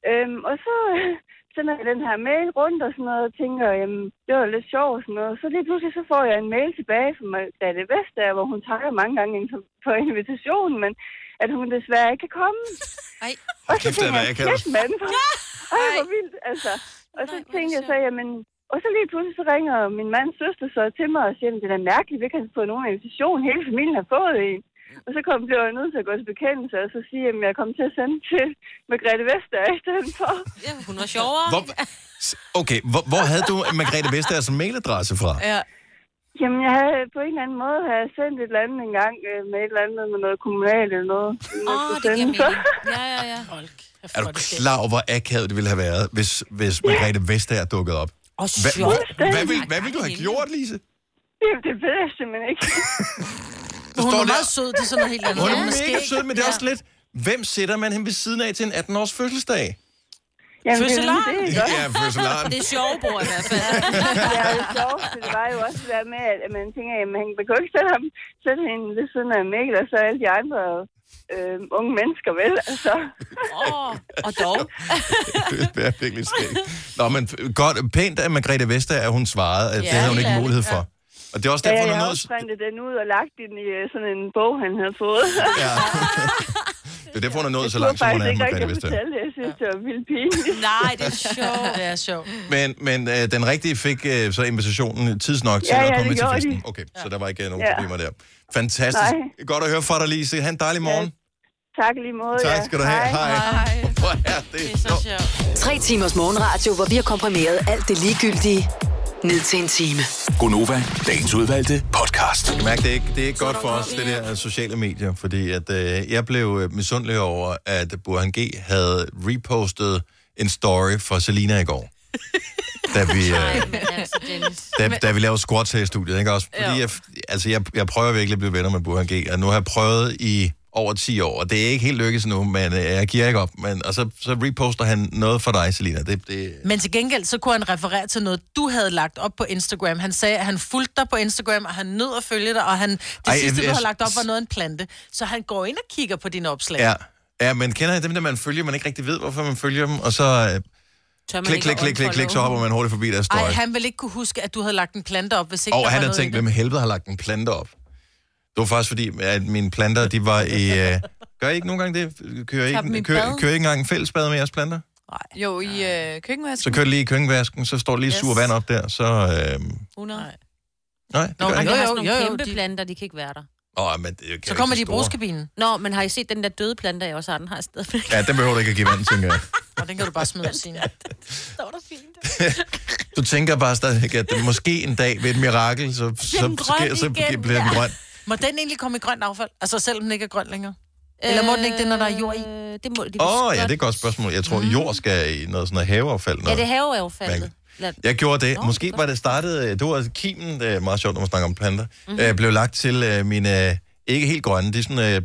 Øhm, og så øh, sender jeg den her mail rundt og sådan noget, og tænker, jamen, det var lidt sjovt og sådan noget. Så lige pludselig så får jeg en mail tilbage fra Margrethe Vestager, hvor hun takker mange gange for invitationen, men at hun desværre ikke kan komme. Ej, Og Hold så kæft, det tænkte er jeg, akavet. shit mand, ej, hvor vildt, altså. (laughs) Og så tænkte jeg så, jamen, og så lige pludselig så ringer min mands søster så til mig og siger, "Jamen, det er da mærkeligt, vi ikke har fået nogen invitation, hele familien har fået en. Og så kom, blev jeg nødt til at gå til bekendelse og så sige, at jeg kom til at sende til Margrethe Vestager i stedet (laughs) for. Ja, hun var (laughs) sjovere. Hvor, s- okay, hvor, hvor havde du Margrethe Vestager som mailadresse fra? ja. Jamen, jeg havde på en eller anden måde havde jeg sendt et eller andet en gang øh, med et eller andet med noget kommunalt eller noget. Åh, man oh, skulle det giver sende. mening. Ja, ja, ja. Hold kæft, hvor Er du det fedt. klar over, hvor akavet det ville have været, hvis, hvis Margrethe Vestager dukkede op? Og Hva, hva, sjovt. hvad, vil, hvad vil du have gjort, Lise? Jamen, det ved jeg simpelthen ikke. Du Hun står er der, meget sød, det er sådan noget helt andet. Hun er Med mega skæg. sød, men det er også lidt... Hvem sætter man hende ved siden af til en 18-års fødselsdag? Jamen, det er Fødselar? nemlig det, ikke også? Ja, fødselaren. (laughs) Det er sjove bord (laughs) i hvert fald. Ja, det sjoveste, det var jo også det der med, at at man tænker, at man kan jo ikke sætte ham, sætte hende ved siden af Mikkel og så alle de andre øh, unge mennesker, vel? Altså, Åh, og dog. det er virkelig skægt. Nå, men f- godt, pænt af Margrethe Vestager, at hun svarede. Ja, det Ja, havde hun helt ikke ærligt, mulighed for. Og det er også ja, derfor, hun jeg har nåede... også printet den ud og lagt den i øh, sådan en bog, han havde fået. (laughs) Ja. det er derfor, hun er nået så Jeg langt, som hun faktisk er, ikke rigtig Margrethe at Vestager. fortælle det. Jeg synes, det var vildt pinligt. Nej, det er sjovt. Det er sjovt. Men, men øh, den rigtige fik øh, så invitationen tidsnok til Ja, at ja, komme det med til gjorde festen. de. Okay, så der var ikke øh, nogen Ja. problemer der. Fantastisk. Nej. Godt at høre fra dig, Lise. Ha' en dejlig morgen. Tak i lige måde. Tak ja. skal du have. Hej. Hvor er Det det er så sjovt. sjovt. Tre timers morgenradio, hvor vi har komprimeret alt det ligegyldige ned til en time. Gonova, dagens udvalgte podcast. Jeg mærker, det er ikke, det er ikke godt for os, det der sociale medier, fordi at, øh, jeg blev øh, misundelig over, at Burhan G. havde repostet en story fra Selina i går. da vi, øh, Altså, Dennis. da, da vi lavede squats her i studiet, ikke også? Fordi jeg, altså, jeg, jeg prøver virkelig at blive venner med Burhan G, og nu har jeg prøvet i over 10 år, og det er ikke helt lykkedes nu, men øh, jeg giver ikke op. Men, og så, så reposter han noget for dig, Selina. Det, det, Men til gengæld, så kunne han referere til noget, du havde lagt op på Instagram. Han sagde, at han fulgte dig på Instagram, og han nød at følge dig, og han, det Ej, Ej, sidste, jeg- du jeg- har lagt op, var noget af en plante. Så han går ind og kigger på dine opslag. ja. ja, men kender jeg dem, der man følger, man ikke rigtig ved, hvorfor man følger dem, og så øh, Tør man klik, ikke klik, klik, klik, klik, så hopper man hurtigt forbi deres story. Ej, han ville ikke kunne huske, at du havde lagt en plante op, hvis ikke Og der han var havde noget i tænkt, det. hvem helvede har lagt en plante op? Det var faktisk fordi, at mine planter, de var i... Øh, gør I ikke nogen gange det? Kører I Tager dem ikke, i kører, bad? kører I ikke engang en fællesbad med jeres planter? (laughs) Jo, i øh, køkkenvasken. Så kører det lige i køkkenvasken, så står det lige yes. Yes. sur vand op der, så... Øh, 100. Nej. nej, det Nå, Og gør jeg de ikke. har Jo, sådan nogle jo, jo, kæmpe de- planter, de kan ikke være der. Åh, men det kan Så kommer de i ikke så store. bruskebinen, Nå, men har I set den der døde plante, jeg også har? Den har jeg stadigvæk. Ja, den behøver du ikke at give vand, tænker jeg. og den kan du bare smide sine. Står der fint. Du tænker bare stadigvæk, at det måske en dag ved et mirakel, så, så, den grøn sker, så igen, bliver den ja. grøn. Må den egentlig komme i grønt affald? Altså selvom den ikke er grøn længere? Eller må den ikke det, når der er jord i? Øh, Det må, det Åh, oh, ja, det er et godt spørgsmål. Jeg tror, jord skal i noget sådan noget haveaffald. Noget. (laughs) Ja, det er haveaffaldet. Men- Lad- Jeg gjorde det. Nå, Måske godt. var det startet... øh, Det var kimen, det er meget sjovt, når man snakker om planter. Mhm. Mm-hmm. Øh, blev lagt til øh, mine... Øh, ikke helt grønne, det er sådan... Øh,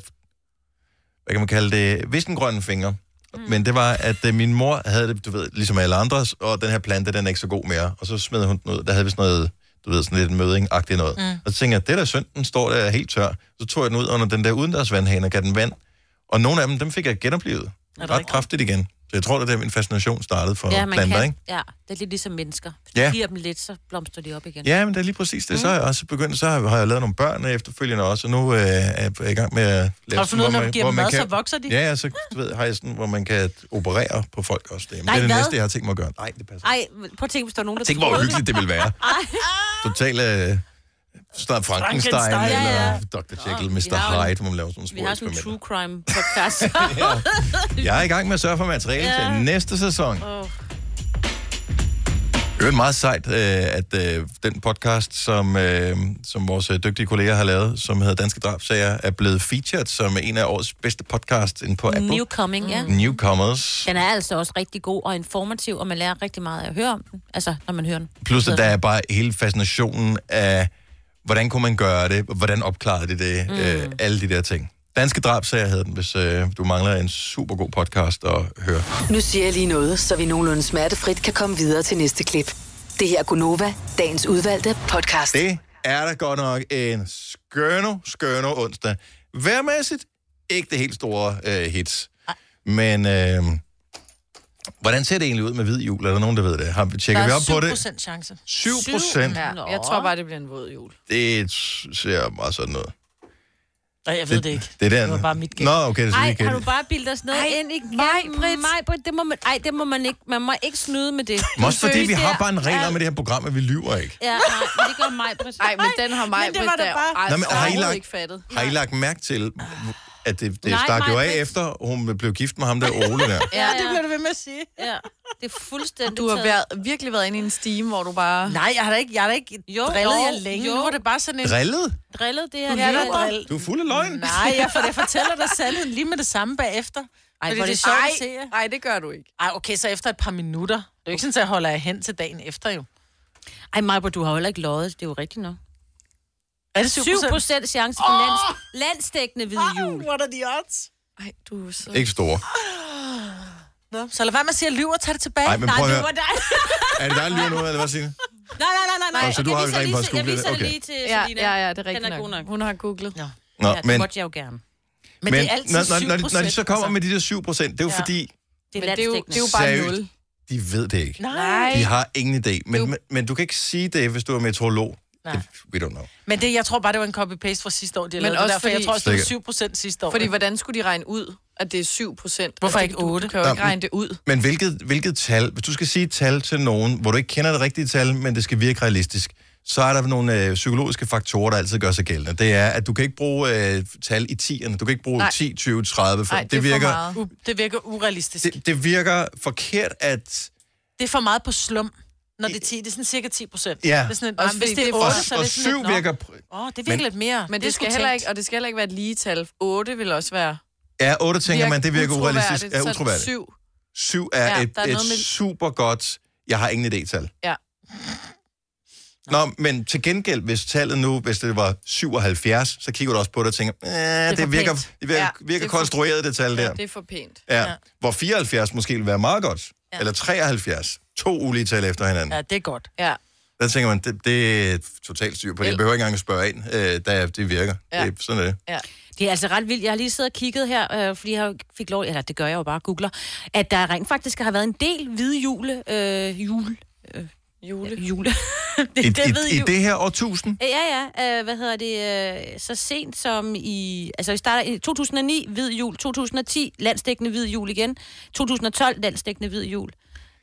hvad kan man kalde det? Vissengrønne fingre. Mm. Men det var, at øh, min mor havde det, du ved, ligesom alle andre, og den her plante, den er ikke så god mere. Og så smed hun den ud. Der havde vi sådan noget, du ved, sådan lidt møding-agtigt noget. Mm. Og så tænkte jeg, det der synd, den står der helt tør. Så tog jeg den ud under den der udendørs vandhane og gav den vand. Og nogle af dem, dem fik jeg genoplevet. Ret kraftigt igen. Så jeg tror, det er der, min fascination startede for Ja, man planter, kan. ikke? Ja, det er lidt ligesom mennesker. Hvis Ja. du giver dem lidt, så blomstrer de op igen. Ja, men det er lige præcis det. Så er jeg også begyndt, så har jeg lavet nogle børn efterfølgende også, og nu øh, er jeg i gang med at lave... Har du fundet ud af, når du giver dem mad, så vokser de? Ja, ja, så du ved, har jeg sådan, hvor man kan operere på folk også. Det, men Nej, det er det hvad? næste, jeg har tænkt mig at gøre. Nej, det passer. Ej, prøv at tænke, hvis der er nogen, der Tænk, hvor hyggeligt det ville (laughs) være. Total øh, snart Frankenstein, Frankenstein, Frankenstein, ja, eller ja. Dr. Jekyll, Ah, vi har jo en- Mr. Hyde, hvor man laver sådan nogle Vi små har sådan en eksperimenter. true crime podcast. (laughs) Jeg er i gang med at sørge for materiale ja. til næste sæson. Oh. Det er meget sejt, øh, at øh, den podcast, som, øh, som vores øh, dygtige kolleger har lavet, som hedder Danske Drabsager, er blevet featured som en af årets bedste podcasts inde på Apple. Newcoming, ja. Mm. Newcomers. Den er altså også rigtig god og informativ, og man lærer rigtig meget af at høre om den. Altså, når man hører den. Plus, at der er bare hele fascinationen af, hvordan kunne man gøre det, hvordan opklarede de det, mm. øh, alle de der ting. Danske Drabsager hedder den, hvis øh, du mangler en super god podcast at høre. Nu siger jeg lige noget, så vi nogenlunde smertefrit kan komme videre til næste klip. Det her er Gunova, dagens udvalgte podcast. Det er da godt nok en skønne, skønne onsdag. Værmæssigt ikke det helt store øh, hits. Men øh, hvordan ser det egentlig ud med hvid jul? Er der nogen, der ved det? Har, tjekker vi op på Der er det? 7% chance. 7 procent. Ja, Nå. jeg tror bare, det bliver en våd jul. Det ser meget sådan ud. Nej, jeg ved det ikke. Det, er der. Det var bare mit gæt. Nå, okay, det er Ej, sådan har du bare bildet os noget Ej, ind i Maj-Brit. Majbrit, det må man, ej, det må man ikke. Man må ikke snyde med det. Måske fordi Seriøst, vi det har er- bare en regel om i det her program, at vi lyver ikke. Ja, nej, men det gør Majbrit. Nej, men den har mig men det var da bare- Ej, Nå, men så har I overhovedet lagt- ikke fattet. Har I lagt mærke til, at det, det Nej, stak jo af Maj-Brit. efter, hun blev gift med ham der Ole Ja, Ja, der? det ja. bliver du ved med at sige. Ja, det er fuldstændig Du har taget- været, virkelig været inde i en steam, hvor du bare... Nej, jeg har da ikke, jeg har da ikke Jo, drillet jo, jer længe. jo. Nu var det bare sådan en... Drillet? drillet det her. Ja, der lille- er drill. Du er fuld af løgn. Nej, jeg, for jeg fortæller dig sandheden lige med det samme bagefter. Ej, fordi hvor er det er det sjovt at se Ej, jer. nej, det gør du ikke. Ej, okay, så efter et par minutter. Det er jo ikke sådan, at jeg holder jer hen til dagen efter, jo. Ej, Majbrit, du har jo heller ikke løjet. Det er jo rigtigt nok. Er det 7 procent chance for lands, landsdækkende hvide jul. What are the odds? (laughs) Ej, du er så... Ikke store. Nå, så lad være med at sige, at jeg lyver og tag det tilbage. Ej, men prøv at det høre. var dig. Er det dig, der lyver nu, eller hvad, Signe? nej, nej, nej, nej. nej. Nå, så du Jeg har viser rent lige- faktisk Jeg googlet viser det. det Okay. lige til Ja, Selina. ja, ja, det er rigtigt Den er nok. god nok. Hun har googlet. Ja. Nå, Ja, det men, måtte jeg jo gerne. Men, men det er altid når, når, når, de, når de 7%, så kommer altså. med de der 7 procent, det er jo Ja. fordi, Det er Men det er, jo, det er jo landstækkende. bare Seriøst? nul. de ved det ikke. Nej. De har ingen idé. Men, Jo. men, men du kan ikke sige det, hvis du er meteorolog. Nej. Det, we don't know. Men det, jeg tror bare, det var en copy-paste fra sidste år, de har Men lavet også det der, for jeg fordi- tror også, det var Sikkert. 7 procent sidste år. Fordi hvordan skulle de regne ud, at det er 7 procent? Hvorfor altså, ikke du- otte? Du kan jo ikke Nå, regne det ud. Men hvilket, hvilket tal, hvis du skal sige et tal til nogen, hvor du ikke kender det rigtige tal, men det skal virke realistisk, så er der nogle øh, psykologiske faktorer, der altid gør sig gældende. Det er, at du kan ikke bruge øh, tal i 10'erne. Du kan ikke bruge Nej. 10, 20, 30. For Nej, det, er virker, for meget. U- det virker urealistisk. Det, det, det virker forkert, at... det er for meget på slum, når det er 10. Det er sådan cirka 10 procent. Ja. Det er sådan, et, Også jamen, hvis fordi det det er er 8, Og, så er og det sådan syv lidt, nå, virker... Åh, det er virkelig Men- lidt mere. Men det, er det sgu skal heller tænkt. ikke, og det skal heller ikke være et lige tal. 8 vil også være Ja, 8 tænker man, det virker urealistisk. Ja, så er det utroværdigt. 7. 7 er Ja, ja, et, der er et noget med- super godt, jeg har ingen idé-tal. Ja. Nå, men til gengæld, hvis tallet nu, hvis det var 77, så kigger du også på det og tænker, "Eh, det, for det virker, pænt." det virker, Ja, ja, virker det er for- konstrueret, det tal Ja, der. det er for pænt. Ja, ja. Hvor 74 måske ville være meget godt, ja. eller 73. To ulige tal efter hinanden. Ja, Ja. det er godt. Ja. Der tænker man, det, det er totalt styr på det. Jeg behøver ikke engang at spørge ind, øh, der, det virker. Ja. Ja. Det, er- sådan er det. Det er altså ret vildt. Jeg har lige siddet og kigget her, øh, fordi jeg jo fik lov, eller det gør jeg jo bare, googler, at der rent faktisk har været en del hvide jule, øh, jule, Jule. jule. det, I, det ved i, I jo. det her årtusind, Ja, ja. Øh, hvad hedder det? Øh, så sent som i... Altså, vi starter i 2009, hvid jul. 2010, landstækkende hvid jul igen. 2012, landstækkende hvid jul.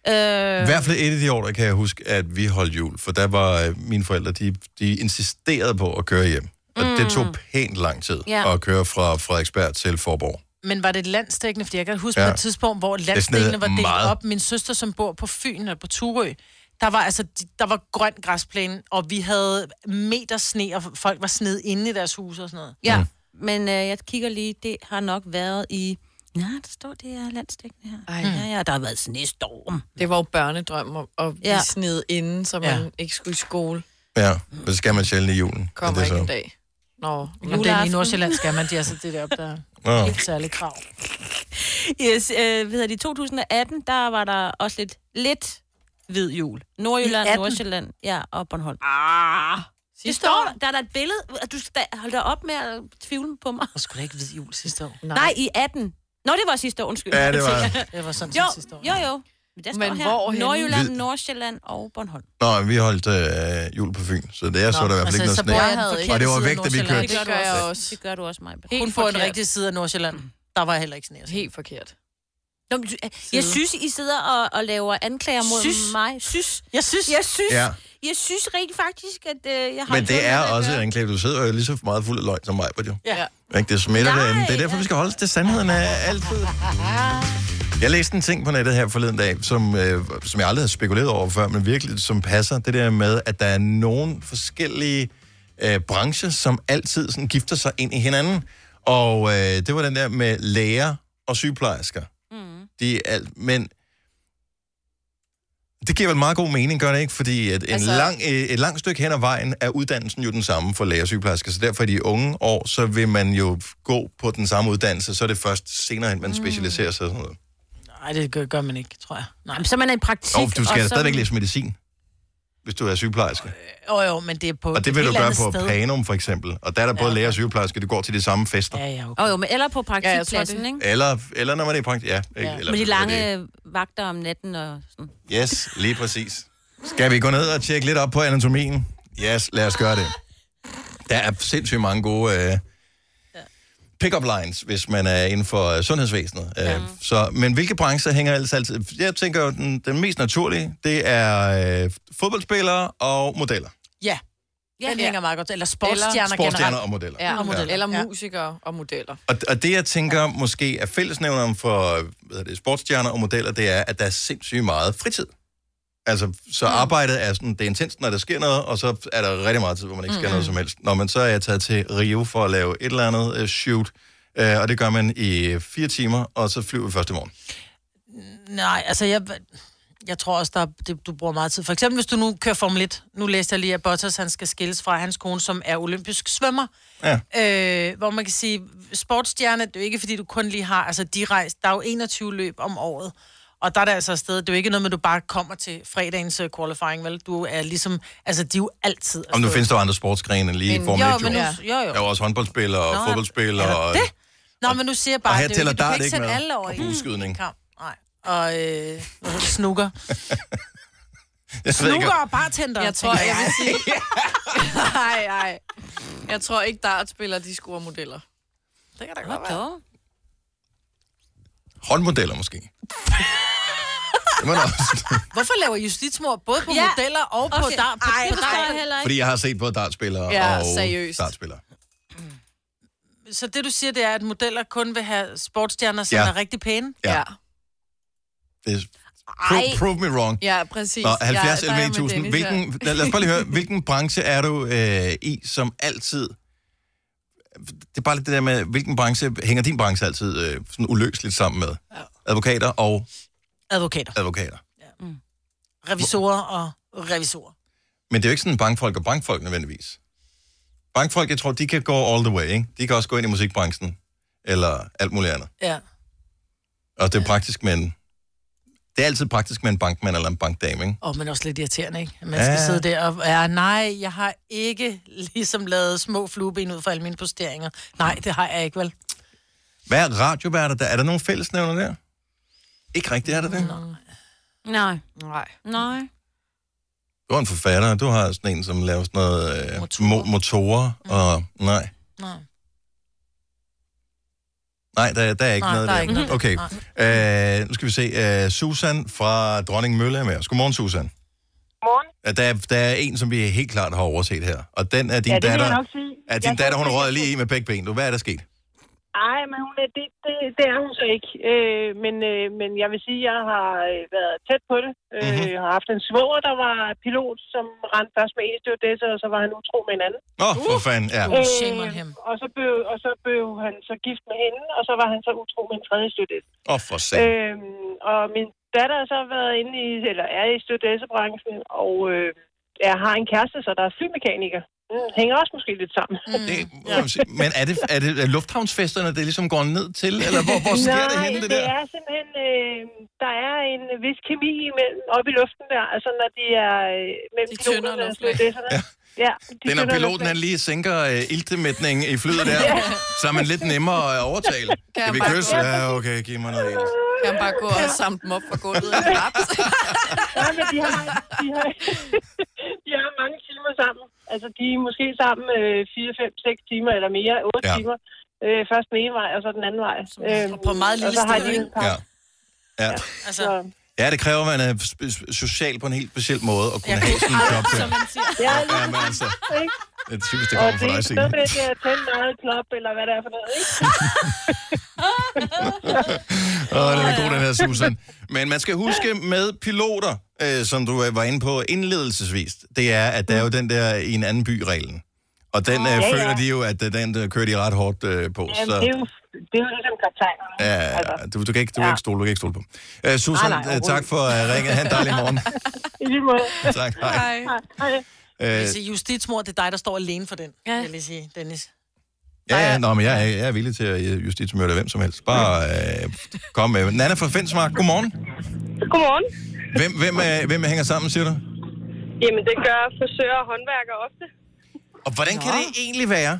Øh, I hvert fald et af de år, der kan jeg huske, at vi holdt jul, for der var øh, mine forældre, de, de insisterede på at køre hjem. Og mm. det tog pænt lang tid Ja. at køre fra Frederiksberg til Forborg. Men var det landstækkende? Fordi jeg kan huske Ja. ja. på et tidspunkt, hvor sådan noget landstækkende var delt meget. meget. op. Min søster, som bor på Fyn eller på Turø, der var, altså, de- der var grøn græsplæne, og vi havde meter sne, og folk var sned inde i deres hus og sådan noget. Mm. ja, men øh, jeg kigger lige. Det har nok været i... Nej, der står, det er landstækkende her. Mm. Ej. Mm. Ja, ja, der har været snestorm. Det var jo børnedrøm at, at blive Ja. sned inden, så man ikke skulle i skole. Ja, og så skal man sjældent i julen. er Kommer det ikke så. en dag. Nå, Og den i Juleaften. Nordsjælland skal man, de er så det der op, der er Nå. helt særlige krav. Yes, øh, hvad hedder det? I 2018, der var der også lidt, lidt hvid jul. I Nordjylland, 18? Nordsjælland, ja, og Bornholm. Ah, det står der. Der er der et billede. og Du skal da- hold da op med at tvivle på mig. Og skulle da ikke vide jul sidste år. Nej. Nej, i 18. Nå, det var sidste år, undskyld. Ja, det var... Det var sådan Jo, set sidste år. jo, jo. Men, der står Men her. hvorhenne? Nordjylland, Hvid- Nordsjælland og Bornholm. Nå, vi holdt øh, jul på Fyn, så det er så der i hvert fald ikke noget så sne. bor jeg havde Og ikke. Og det var væk, da vi kørte. Det gør jeg også. Det gør du også, Maja. Hun på den rigtige side af Nordsjælland. Der var heller ikke sne. Helt forkert. Nå, men, øh, jeg synes, I sidder og, og laver anklager mod Synes? mig. Synes. Jeg synes, Jeg synes, Ja. ja. jeg synes rent faktisk, at øh, jeg har... Men det noget er med at også gøre. en anklage. Du sidder jo lige så meget fuld af løgn som mig på det. Ja. Ikke? Det smitter Nej. derinde. Det er derfor, vi skal holde os til sandheden af altid. Jeg læste en ting på nettet her forleden dag, som, øh, som jeg aldrig havde spekuleret over før, men virkelig som passer. Det der med, at der er nogle forskellige øh, brancher, som altid sådan, gifter sig ind i hinanden. Og øh, det var den der med læger og sygeplejersker. Mm. De er alt, men det giver vel meget god mening, gør det ikke? Fordi at en altså... Altså- lang, øh, et langt stykke hen ad vejen er uddannelsen jo den samme for læger og sygeplejersker, så derfor i de unge år, så vil man jo gå på den samme uddannelse, så er det først senere hen, man specialiserer sig og sådan noget. Nej, det gør, gør man ikke, tror jeg. Nej. Jamen, så er man er i praktik. Jo, du skal og da så- stadigvæk læse medicin, hvis du er sygeplejerske. Jo, jo, men det er på Og det Øh, et vil du helt gøre andet på sted. Panum, for eksempel. Og der er der både Ja. læger og sygeplejersker, de går til de samme fester. Ja, ja, okay. Åh, jo, men eller på Ja, jeg tror, praktikpladsen, det- ikke? Eller, eller når man er i praktik. Ja, ikke? Ja. Eller, Med de hvad lange det er. vagter om natten og sådan. Yes, lige præcis. Skal vi gå ned og tjekke lidt op på anatomien? Yes, lad os gøre det. Der er sindssygt mange gode øh, pick-up lines, hvis man er inden for øh, sundhedsvæsenet. Øh, så, men hvilke brancher hænger ellers altid? Jeg tænker, jo, den, den mest naturlige, det er øh, fodboldspillere og modeller. Ja, Ja, den ja. hænger meget godt. Eller sportsstjerner Sportsstjerner generelt. og modeller. Ja. Og modeller. Eller Ja. musikere og modeller. Og, og det, jeg tænker måske er fællesnævneren for hvad hedder det, sportsstjerner og modeller, det er, at der er sindssygt meget fritid. Altså, så Mm. arbejdet er sådan, det er intenst, når der sker noget, og så er der rigtig meget tid, hvor man ikke skal noget som helst. Når man så er jeg taget til Rio for at lave et eller andet øh, shoot, øh, og det gør man i øh, fire timer, og så flyver vi første morgen. Nej, altså jeg, jeg tror også, der, er- det, du bruger meget tid. For eksempel, hvis du nu kører Formel 1. Nu læste jeg lige, at Bottas han skal skilles fra hans kone, som er olympisk svømmer. Ja. Øh, hvor man kan sige, sportsstjerne, det er jo ikke, fordi du kun lige har... Altså, de rejser, der er jo 21 løb om året. Og der er det altså afsted. Det er jo ikke noget med, at du bare kommer til fredagens øh, qualifying, vel? Du er ligesom... Altså, de er jo altid Om nu afsted. findes der jo andre sportsgrene end lige Men- men, Formel jo, 1. men nu, jo. jo, jo. Der er jo også håndboldspillere og Nå, fodboldspillere. er og- der det? Nå, men nu siger jeg bare, Og her det er jo tæller ikke, du dart kan ikke ikke sætte med. alle over Og i bueskydning. en kamp. Nej. Og øh, hvad hedder det? snukker. (laughs) Jeg ved ikke, Snukker og bartender. Jeg tror, jeg vil (laughs) (laughs) sige... Nej, nej. Jeg tror ikke, dartspillere, de scorer modeller. Det kan da godt være. Hvad håndmodeller (laughs) måske. det må da også. Hvorfor laver justitsmor både på Ja. modeller og på Okay. dar? På Ej, det forstår jeg heller ikke. Fordi jeg har set både dartspillere Ja, og seriøst. dartspillere. Så det, du siger, det er, at modeller kun vil have sportsstjerner, som Ja. ja. er rigtig pæne? Ja. ja. Det er, prove, prove me wrong. Ja, præcis. Nå, Ja, 70 der er jeg 11 med 1000. Dennis her. Hvilken, lad, lad os bare lige høre, hvilken branche er du øh, i, som altid... Det er bare lidt det der med, hvilken branche hænger din branche altid øh, sådan uløseligt sammen med? Ja. Advokater og Advokater, advokater. revisorer og revisorer. Men det er jo ikke sådan bankfolk og bankfolk nødvendigvis. Bankfolk, jeg tror, de kan gå all the way, ikke? De kan også gå ind i musikbranchen, eller alt muligt andet. Ja. Og det er praktisk med en, Det er altid praktisk med en bankmand eller en bankdame, ikke? Og men også lidt irriterende, ikke? At Man skal Ja. ja. sidde der og... Ja, nej, jeg har ikke ligesom lavet små flueben ud for alle mine posteringer. Nej, det har jeg ikke, vel? Hvad er radioværter? Der? Er der nogle fællesnævner der? Ikke rigtigt, er der det? Nej, Nej. nej. Du er en forfatter, og du har sådan en, som laver sådan noget øh, Motorer. Mm. motorer. Mo- motorer og nej. Nej. Nej, der, der er ikke Nej, noget der er der. ikke noget der. okay, øh, nu skal vi se. Øh, Susan fra Dronning Mølle er med os. Godmorgen, Susan. Morgen. Øh, Der er, der er en, som vi helt klart har overset her, og den er din Ja, det vil datter. jeg nok sige. Er din Jeg datter, hun synes, røg jeg- lige i med begge ben. Du, hvad er der sket? Nej, men hun er, det, det, det er hun så ikke. Øh, men, øh, men jeg vil sige, at jeg har øh, været tæt på det. Øh, Mhm. Jeg har haft en svoger, der var pilot, som rendte først med en stewardesse, og så var han utro med en anden. Øh, Åh, oh, for fanden, ja. Uh. shame on him. og, så blev, og så blev han så gift med hende, og så var han så utro med en tredje stewardesse. Åh, oh, for satan. Øhm, og min datter har så været inde i, eller er i stewardessebranchen, og øh, jeg har en kæreste, så der er flymekaniker. Mm, hænger også måske lidt sammen. Mm. Det, (laughs) må man sige. Men er det, er det er lufthavnsfesterne, det ligesom går ned til? Eller hvor, hvor sker det henne, det det der? er simpelthen, øh, der er en vis kemi imellem oppe i luften der, altså når de er øh, mellem De tynder piloterne og luftlag. stewardesserne. Ja. ja, de Det er, når tynder piloten han luftlag. lige sænker øh, iltemætningen i flyet der, så er man lidt nemmere at overtale. Kan vi bare kysse? gå? Ja, okay, giv mig noget ild. Kan han bare gå og samle dem op fra gulvet og (laughs) klappe? Ja, men de har, de, har, (laughs) de har mange timer sammen. Altså de er måske sammen øh, 4, 5, 6 timer eller mere, 8 Ja. ja. timer. Øh, først den ene vej, og så den anden vej. Øhm, Og på meget lille og så har sted, de ikke? en par. Ja. Ja. Altså, Så, ja, det kræver, at man er sp- sp- social på en helt speciel måde at kunne have sådan en job der. ja, Ja, men altså, ikke? det er typisk, det Og kommer det fra dig, er sådan Signe. noget, at tænde meget klop, eller hvad det er for noget, (laughs) ikke? Åh, oh, den er god, den her Susan. Men man skal huske med piloter, øh, som du øh, var inde på indledelsesvis, det er, at der er jo den der i en anden by-reglen. Og den øh, Mm. ja. føler de jo, at øh, den øh, kører de ret hårdt øh, på. Jamen, det, er så, jo, det er jo ligesom kaptajnerne. ja, altså. du, du, kan ikke, du, kan Ja. ikke stole, du kan ikke stole på. Øh, Susan, Nej, nej, øh, tak for øh, ringet. Ha' en (laughs) dejlig (laughs) morgen. I lige måde. tak, hej. Hej. Øh, altså, justitsmor, det er dig, der står alene for den, ja. jeg vil sige, Dennis. ja, ja, nå, men jeg, er- jeg er villig til at øh, justitsmøde hvem som helst. Bare øh, kom med. Nana fra Fensmark, godmorgen. Godmorgen. Hvem, hvem, øh, hvem hænger sammen, siger du? Jamen, det gør frisører og håndværkere ofte. Og hvordan kan det egentlig være?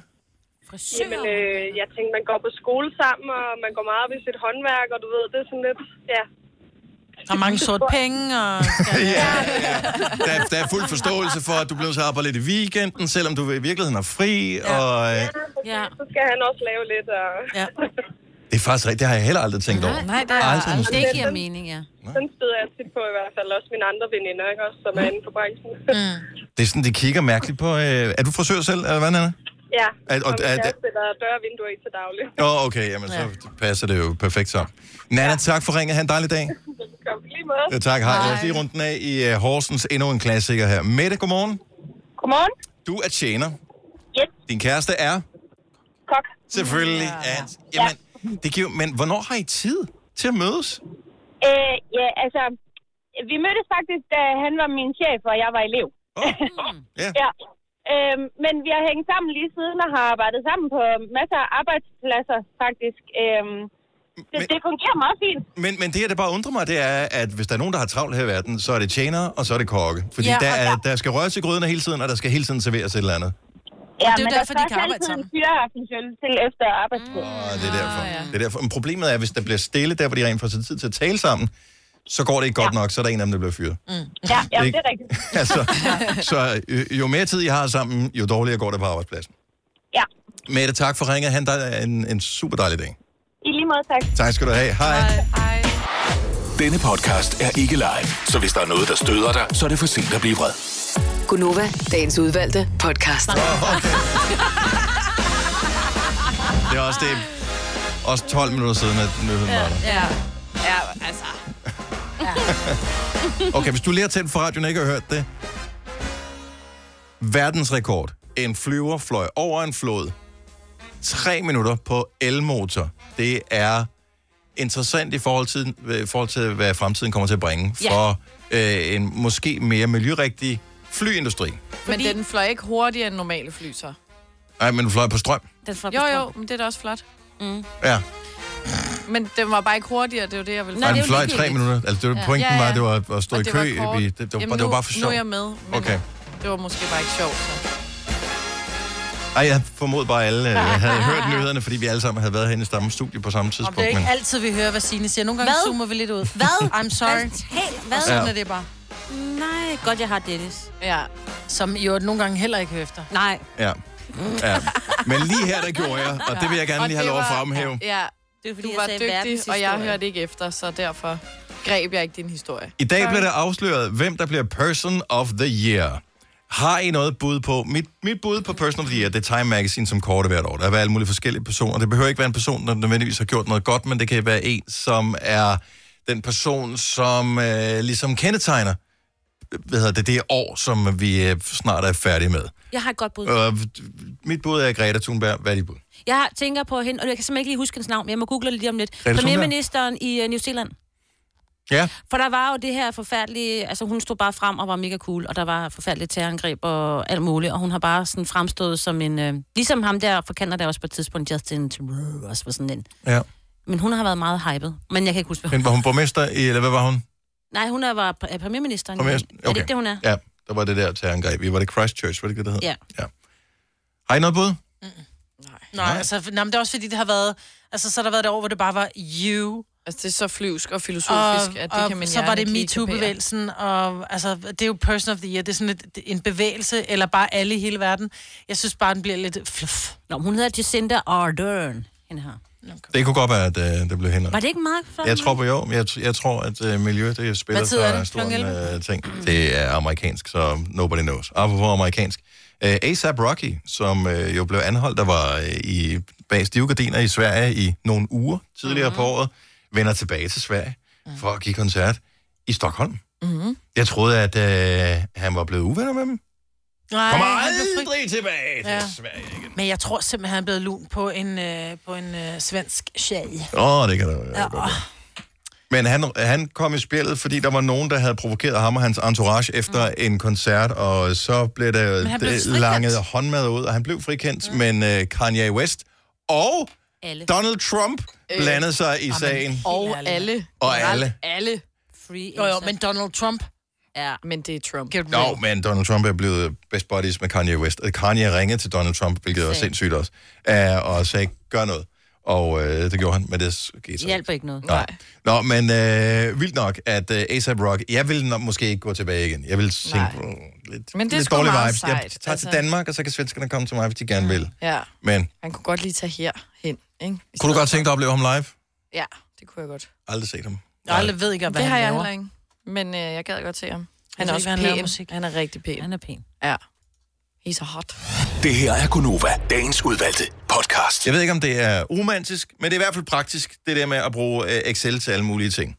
Jamen, øh, jeg tænkte, man går på skole sammen, og man går meget op i sit håndværk, og du ved, det er sådan lidt, ja. Der er mange sorte penge, og... Der, er- der er fuld forståelse for, at du blev så arbejde lidt i weekenden, selvom du i virkeligheden er fri. Ja. Og, øh, Ja. Så skal han også lave lidt, og (laughs) Ja. det er faktisk rigtigt. Det har jeg heller aldrig tænkt over. Nej, det er Aldrig. aldrig. Det giver mening, ja. sådan støder jeg tit på i hvert fald også mine andre veninder, ikke også, som er inde på branchen. Mm. Det er sådan, de kigger mærkeligt på... Øh, er du frisør selv, eller hvad, Anna? (laughs) ja, At- og- og, min at- kæreste, der er døre og vinduer i til daglig. Åh, oh, okay, jamen, så passer det jo perfekt sammen. Nana, tak for ringet. Ha' en dejlig dag. Kom lige måde. Ja, tak, hej. Lad os lige rundt den af i uh, Horsens. Endnu en klassiker her. Mette, godmorgen. Godmorgen. Du er tjener. Yes. Din kæreste er Kok. selvfølgelig... Ja. At, jamen, det giver, men hvornår har I tid til at mødes? Øh, ja, altså, vi mødtes faktisk, da han var min chef, og jeg var elev. Oh, (laughs) ja. Ja. Øhm, men vi har hængt sammen lige siden og har arbejdet sammen på masser af arbejdspladser, faktisk. Øhm, Det, det fungerer meget fint. Men, men det, der bare undrer mig, det er, at hvis der er nogen, der har travlt her i verden, så er det tjenere, og så er det kokke. Fordi ja, Ja, der, og er, der- der skal røres i gryden hele tiden, og der skal hele tiden serveres et eller andet. Ja, det er jo men der derfor, de skal kan også arbejde altid en sammen. fyraftensøl til efter arbejdstid. Og det er derfor. Ah, Ja. Det er derfor. Men problemet er, hvis der bliver stille, der hvor de rent får tid til at tale sammen, så går det ikke godt nok, så er der en af dem, der bliver (laughs) fyret. Mm. Ja, ja, det er rigtigt. (laughs) altså, så øh, jo mere tid I har sammen, jo dårligere går det på arbejdspladsen. Ja, Mette, tak for ringet. Han dig en, en super dejlig dag. i lige måde, tak. Tak skal du have. Hej. Denne podcast er (laughs) ikke live, så hvis der er noget, der støder dig, så er det for sent at blive vred. Gunova, dagens udvalgte podcast. Det er også det. Også 12 minutter siden, at nyheden var der. Ja. Ja, altså. Ja. Okay, hvis du lige har tændt for radioen og ikke har hørt det. Verdensrekord. En flyver fløj over en flod. 3 minutter på elmotor. Det er interessant i forhold til, øh, i forhold til hvad fremtiden kommer til at bringe Ja. for øh, en måske mere miljørigtig flyindustri. Fordi... Men den fløj ikke hurtigere end normale fly, så. Nej, men den fløj på strøm. Den fløj jo, jo, men det er da også flot. Mm. Ja, Men den var bare ikke hurtigere, det var det, jeg ville Nej, den fløj i tre minutter. Altså, det var, pointen ja, ja. var, at det var at stå Og i det kø. var i- kort. i, det, det, var, Jamen, bare- det var nu- bare for sjov. Nu er jeg med, men Okay. det var måske bare ikke sjovt, så. Ej, jeg formod bare, at alle (laughs) øh, havde hørt nyhederne, fordi vi alle sammen havde været herinde i samme studie på samme tidspunkt. Og det er ikke men- altid, vi hører, hvad Signe siger. Nogle gange Hvad? zoomer vi lidt ud. Hvad? I'm sorry. hvad? Og sådan Ja. er det bare. Nej, godt jeg har Dennis. Ja. Som i øvrigt nogle gange heller ikke hører efter. Nej. Ja. ja. Men lige her, der gjorde jeg, og det vil jeg gerne Og lige have det lov at var- fremhæve. Ja, det du jeg var sagde dygtig, og jeg verdenshistorie. hørte ikke efter, så derfor greb jeg ikke din historie. I dag bliver det afsløret, hvem der bliver Person of the Year. Har I noget bud på? Mit, mit bud på Person of the Year, det er Time Magazine, som korte hvert år. Der er alle mulige forskellige personer. Det behøver ikke være en person, der nødvendigvis har gjort noget godt, men det kan være en, som er den person, som øh, ligesom kendetegner hvad hedder det, det år, som vi øh, snart er færdige med. Jeg har et godt bud. Øh, mit bud er Greta Thunberg. Hvad er dit bud? Jeg tænker på hende, og jeg kan simpelthen ikke lige huske hendes navn, men jeg må google det lige om lidt. Thunberg? Premierministeren i uh, New Zealand. Ja. For der var jo det her forfærdelige... Altså, hun stod bare frem og var mega cool, og der var forfærdelige terrorangreb og alt muligt, og hun har bare sådan fremstået som en... Øh, ligesom ham der fra Canada også på et tidspunkt, Justin Trudeau også var sådan en... ja. Men hun har været meget hyped, men jeg kan ikke huske, hvad Men hun... Øh. var hun borgmester, i, eller hvad var hun? Nej, hun er, var pr- er premierministeren. Kom her. Mm. Er det ikke det, hun er? Ja, der var det der terrorangreb. Vi var det Christchurch, var det ikke det, det hed? Ja. Har I noget bud? Nej, altså, nej, men det er også fordi, det har været... Altså, så har der været det år, hvor det bare var you. Altså, det er så flyvsk og filosofisk, at det og kan man så hjerne var det ikke lige kapere. MeToo-bevægelsen, og altså, det er jo person of the year. Det er sådan et, en bevægelse, eller bare alle i hele verden. Jeg synes bare, den bliver lidt fluff. Nå, hun hedder Jacinda Ardern, hende her. Det kunne godt være, at øh, det blev henrettet. Var det ikke meget flot? Jeg tror på jo. Jeg, tr- jeg tror, at øh, miljø, det spiller Hvad tid er så det? stor en Klokken øh, ting. Det er amerikansk, så nobody knows. Apropos amerikansk. Øh, A$AP Rocky, som øh, jo blev anholdt, der var øh, i, bag stive gardiner i Sverige i nogle uger tidligere Mhm. mm-hmm. på året, vender tilbage til Sverige for at give koncert i Stockholm. Mm-hmm. Jeg troede, at øh, han var blevet uvenner med dem. Nej, Kommer han blev fri- aldrig tilbage til Ja. Sverige igen. Men jeg tror simpelthen, han er blevet lun på en, øh, på en øh, svensk sjæl. Åh, oh, det kan der Ja. Men han, han kom i spillet, fordi der var nogen, der havde provokeret ham og hans entourage efter mm. en koncert, og så blev der Men han blev det frikendt. langet håndmad ud, og han blev frikendt, mm. men uh, Kanye West og Alle. Donald Trump Øh. blandede sig i sagen. Og alle. Og alle. Alle. Free Jo, jo, men Donald Trump. Ja. Men det er Trump. Get Nå, men Donald Trump er blevet best buddies med Kanye West. Og Kanye ringede til Donald Trump, hvilket var Sag. sindssygt også, uh, og sagde, gør noget. Og øh, det gjorde han, men det skete så Det hjælper ikke noget. Nej. Nå, men øh, vildt nok, at øh, A$AP Rock, jeg vil nok måske ikke gå tilbage igen. Jeg vil tænke, Nej. mm, lidt, Men det er lidt sgu dårlig meget vibes. Jeg sejt, tager altså... altså. til Danmark, og så kan svenskerne komme til mig, hvis de gerne vil. Ja, Men han kunne godt lige tage her hen, ikke? I kunne du stedet godt tænke dig at opleve ham live? for- Ja, det kunne jeg godt. Aldrig set ham. Jeg aldrig ved ikke, hvad det han har jeg laver. heller ikke. Men øh, jeg gad godt se ham. Han er ved ikke, også hvad han laver pæn. musik. Han er rigtig pæn. Han er pæn. Ja. He's a hot. Det her er Gunova, dagens udvalgte podcast. Jeg ved ikke, om det er romantisk, men det er i hvert fald praktisk, det der med at bruge øh, Excel til alle mulige ting.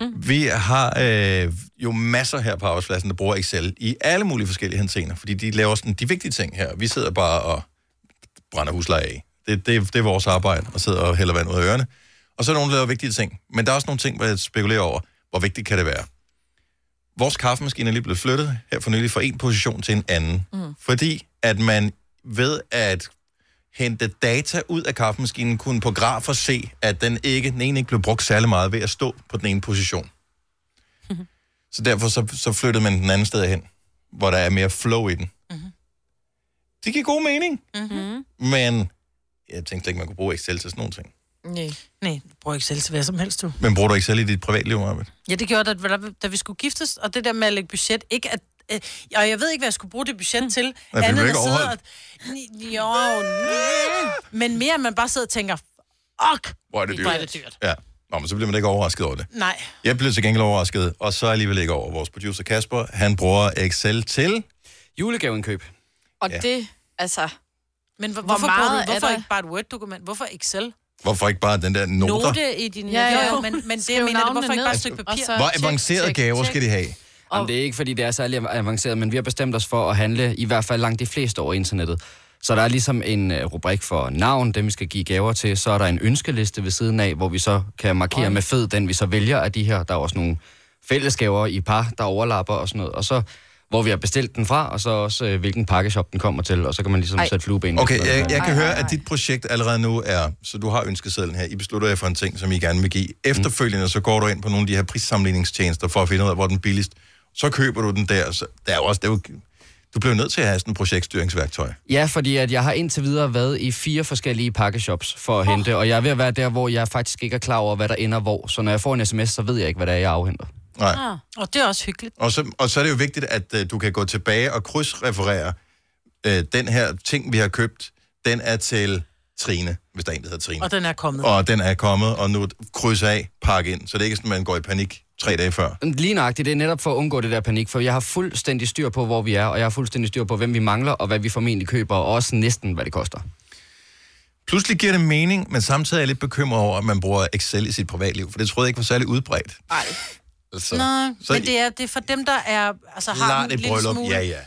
Mm. Vi har øh, jo masser her på arbejdspladsen, der bruger Excel i alle mulige forskellige hensener, fordi de laver sådan de vigtige ting her. Vi sidder bare og brænder husleje af. Det, det, det er vores arbejde, og sidder og hælder vand ud af ørerne. Og så er der nogen, der laver vigtige ting. Men der er også nogle ting, hvor jeg spekulerer over, hvor vigtigt kan det være. Vores kaffemaskine er lige blevet flyttet her for nylig fra en position til en anden. Mm. Fordi at man ved at hente data ud af kaffemaskinen, kunne på grafer se, at den, ikke, den ene ikke blev brugt særlig meget ved at stå på den ene position. Så derfor så, så flyttede man den anden sted hen, hvor der er mere flow i den. Det giver god mening, Mm-hmm. men jeg tænkte slet ikke, man kunne bruge Excel til sådan nogle ting. Nej. Nej, du bruger Excel til hvad som helst, du. Men bruger du Excel i dit privatliv, Marvind? Ja, det gjorde det, da- da vi skulle giftes, og det der med at lægge budget, ikke at øh, og jeg ved ikke, hvad jeg skulle bruge det budget til. blev end ikke at sidde og... overholdt. Ni- Jo, næh. men mere, at man bare sidder og tænker, fuck, Hvor er det hvor er dyrt. det dyrt. Ja. Nå, men så bliver man da ikke overrasket over det. Nej, Jeg blev til gengæld overrasket, og så alligevel ikke over. Vores producer Kasper, han bruger Excel til... Julegaveindkøb. Og Ja. ja. det, altså... men hvor, hvorfor, meget bruger er du, hvorfor der? ikke bare et Word-dokument? Hvorfor Excel? Hvorfor ikke bare den der noter? Note. Note i din... Ja, ja. Jo, jo, men, men det, Skriv jeg mener, det, hvorfor navnene ikke bare et ned, stykke og papir? så- Hvor Tjek, avancerede tjek, gaver tjek. skal de have? Jamen, det er ikke, fordi det er særlig avanceret, men vi har bestemt os for at handle i hvert fald langt de fleste over internettet. Så der er ligesom en øh, rubrik for navn, dem vi skal give gaver til. Så er der en ønskeliste ved siden af, hvor vi så kan markere med fed, den vi så vælger af de her. Der er også nogle fællesgaver i par, der overlapper og sådan noget. Og så hvor vi har bestilt den fra, og så også øh, hvilken pakkeshop den kommer til, og så kan man ligesom Ej. Ej. sætte flueben. Okay, jeg, jeg kan høre, at dit projekt allerede nu er... Så du har ønskesedlen her. I beslutter jer for en ting, som I gerne vil give. Efterfølgende så går du ind på nogle af de her prissammenligningstjenester for at finde ud af, hvor den er billigst. Så køber du den der. Så der er jo også... Der er jo, du bliver jo nødt til at have sådan et projektstyringsværktøj. Ja, fordi at jeg har indtil videre været i fire forskellige pakkeshops for at hente, og jeg er ved at være der, hvor jeg faktisk ikke er klar over, hvad der ender hvor. Så når jeg får en sms, så ved jeg ikke, hvad det er, jeg afhenter. Nej. Ah. Og det er også hyggeligt. Og så, og så er det jo vigtigt, at øh, du kan gå tilbage og krydsreferere øh, den her ting, vi har købt. Den er til Trine, hvis der er en, der hedder Trine. Og den er kommet. Og den er kommet, og nu kryds af, pakke ind. Så det er ikke sådan, man går i panik tre dage før. Lige nøjagtigt, det er netop for at undgå det der panik, for jeg har fuldstændig styr på, hvor vi er, og jeg har fuldstændig styr på, hvem vi mangler, og hvad vi formentlig køber, og også næsten, hvad det koster. Pludselig giver det mening, men samtidig er jeg lidt bekymret over, at man bruger Excel i sit privatliv, for det troede jeg ikke var særlig udbredt. Nej. Altså, Nej, så men det er, det er for dem, der er, altså, har klart en et lille bryllup, smule... ja, ja.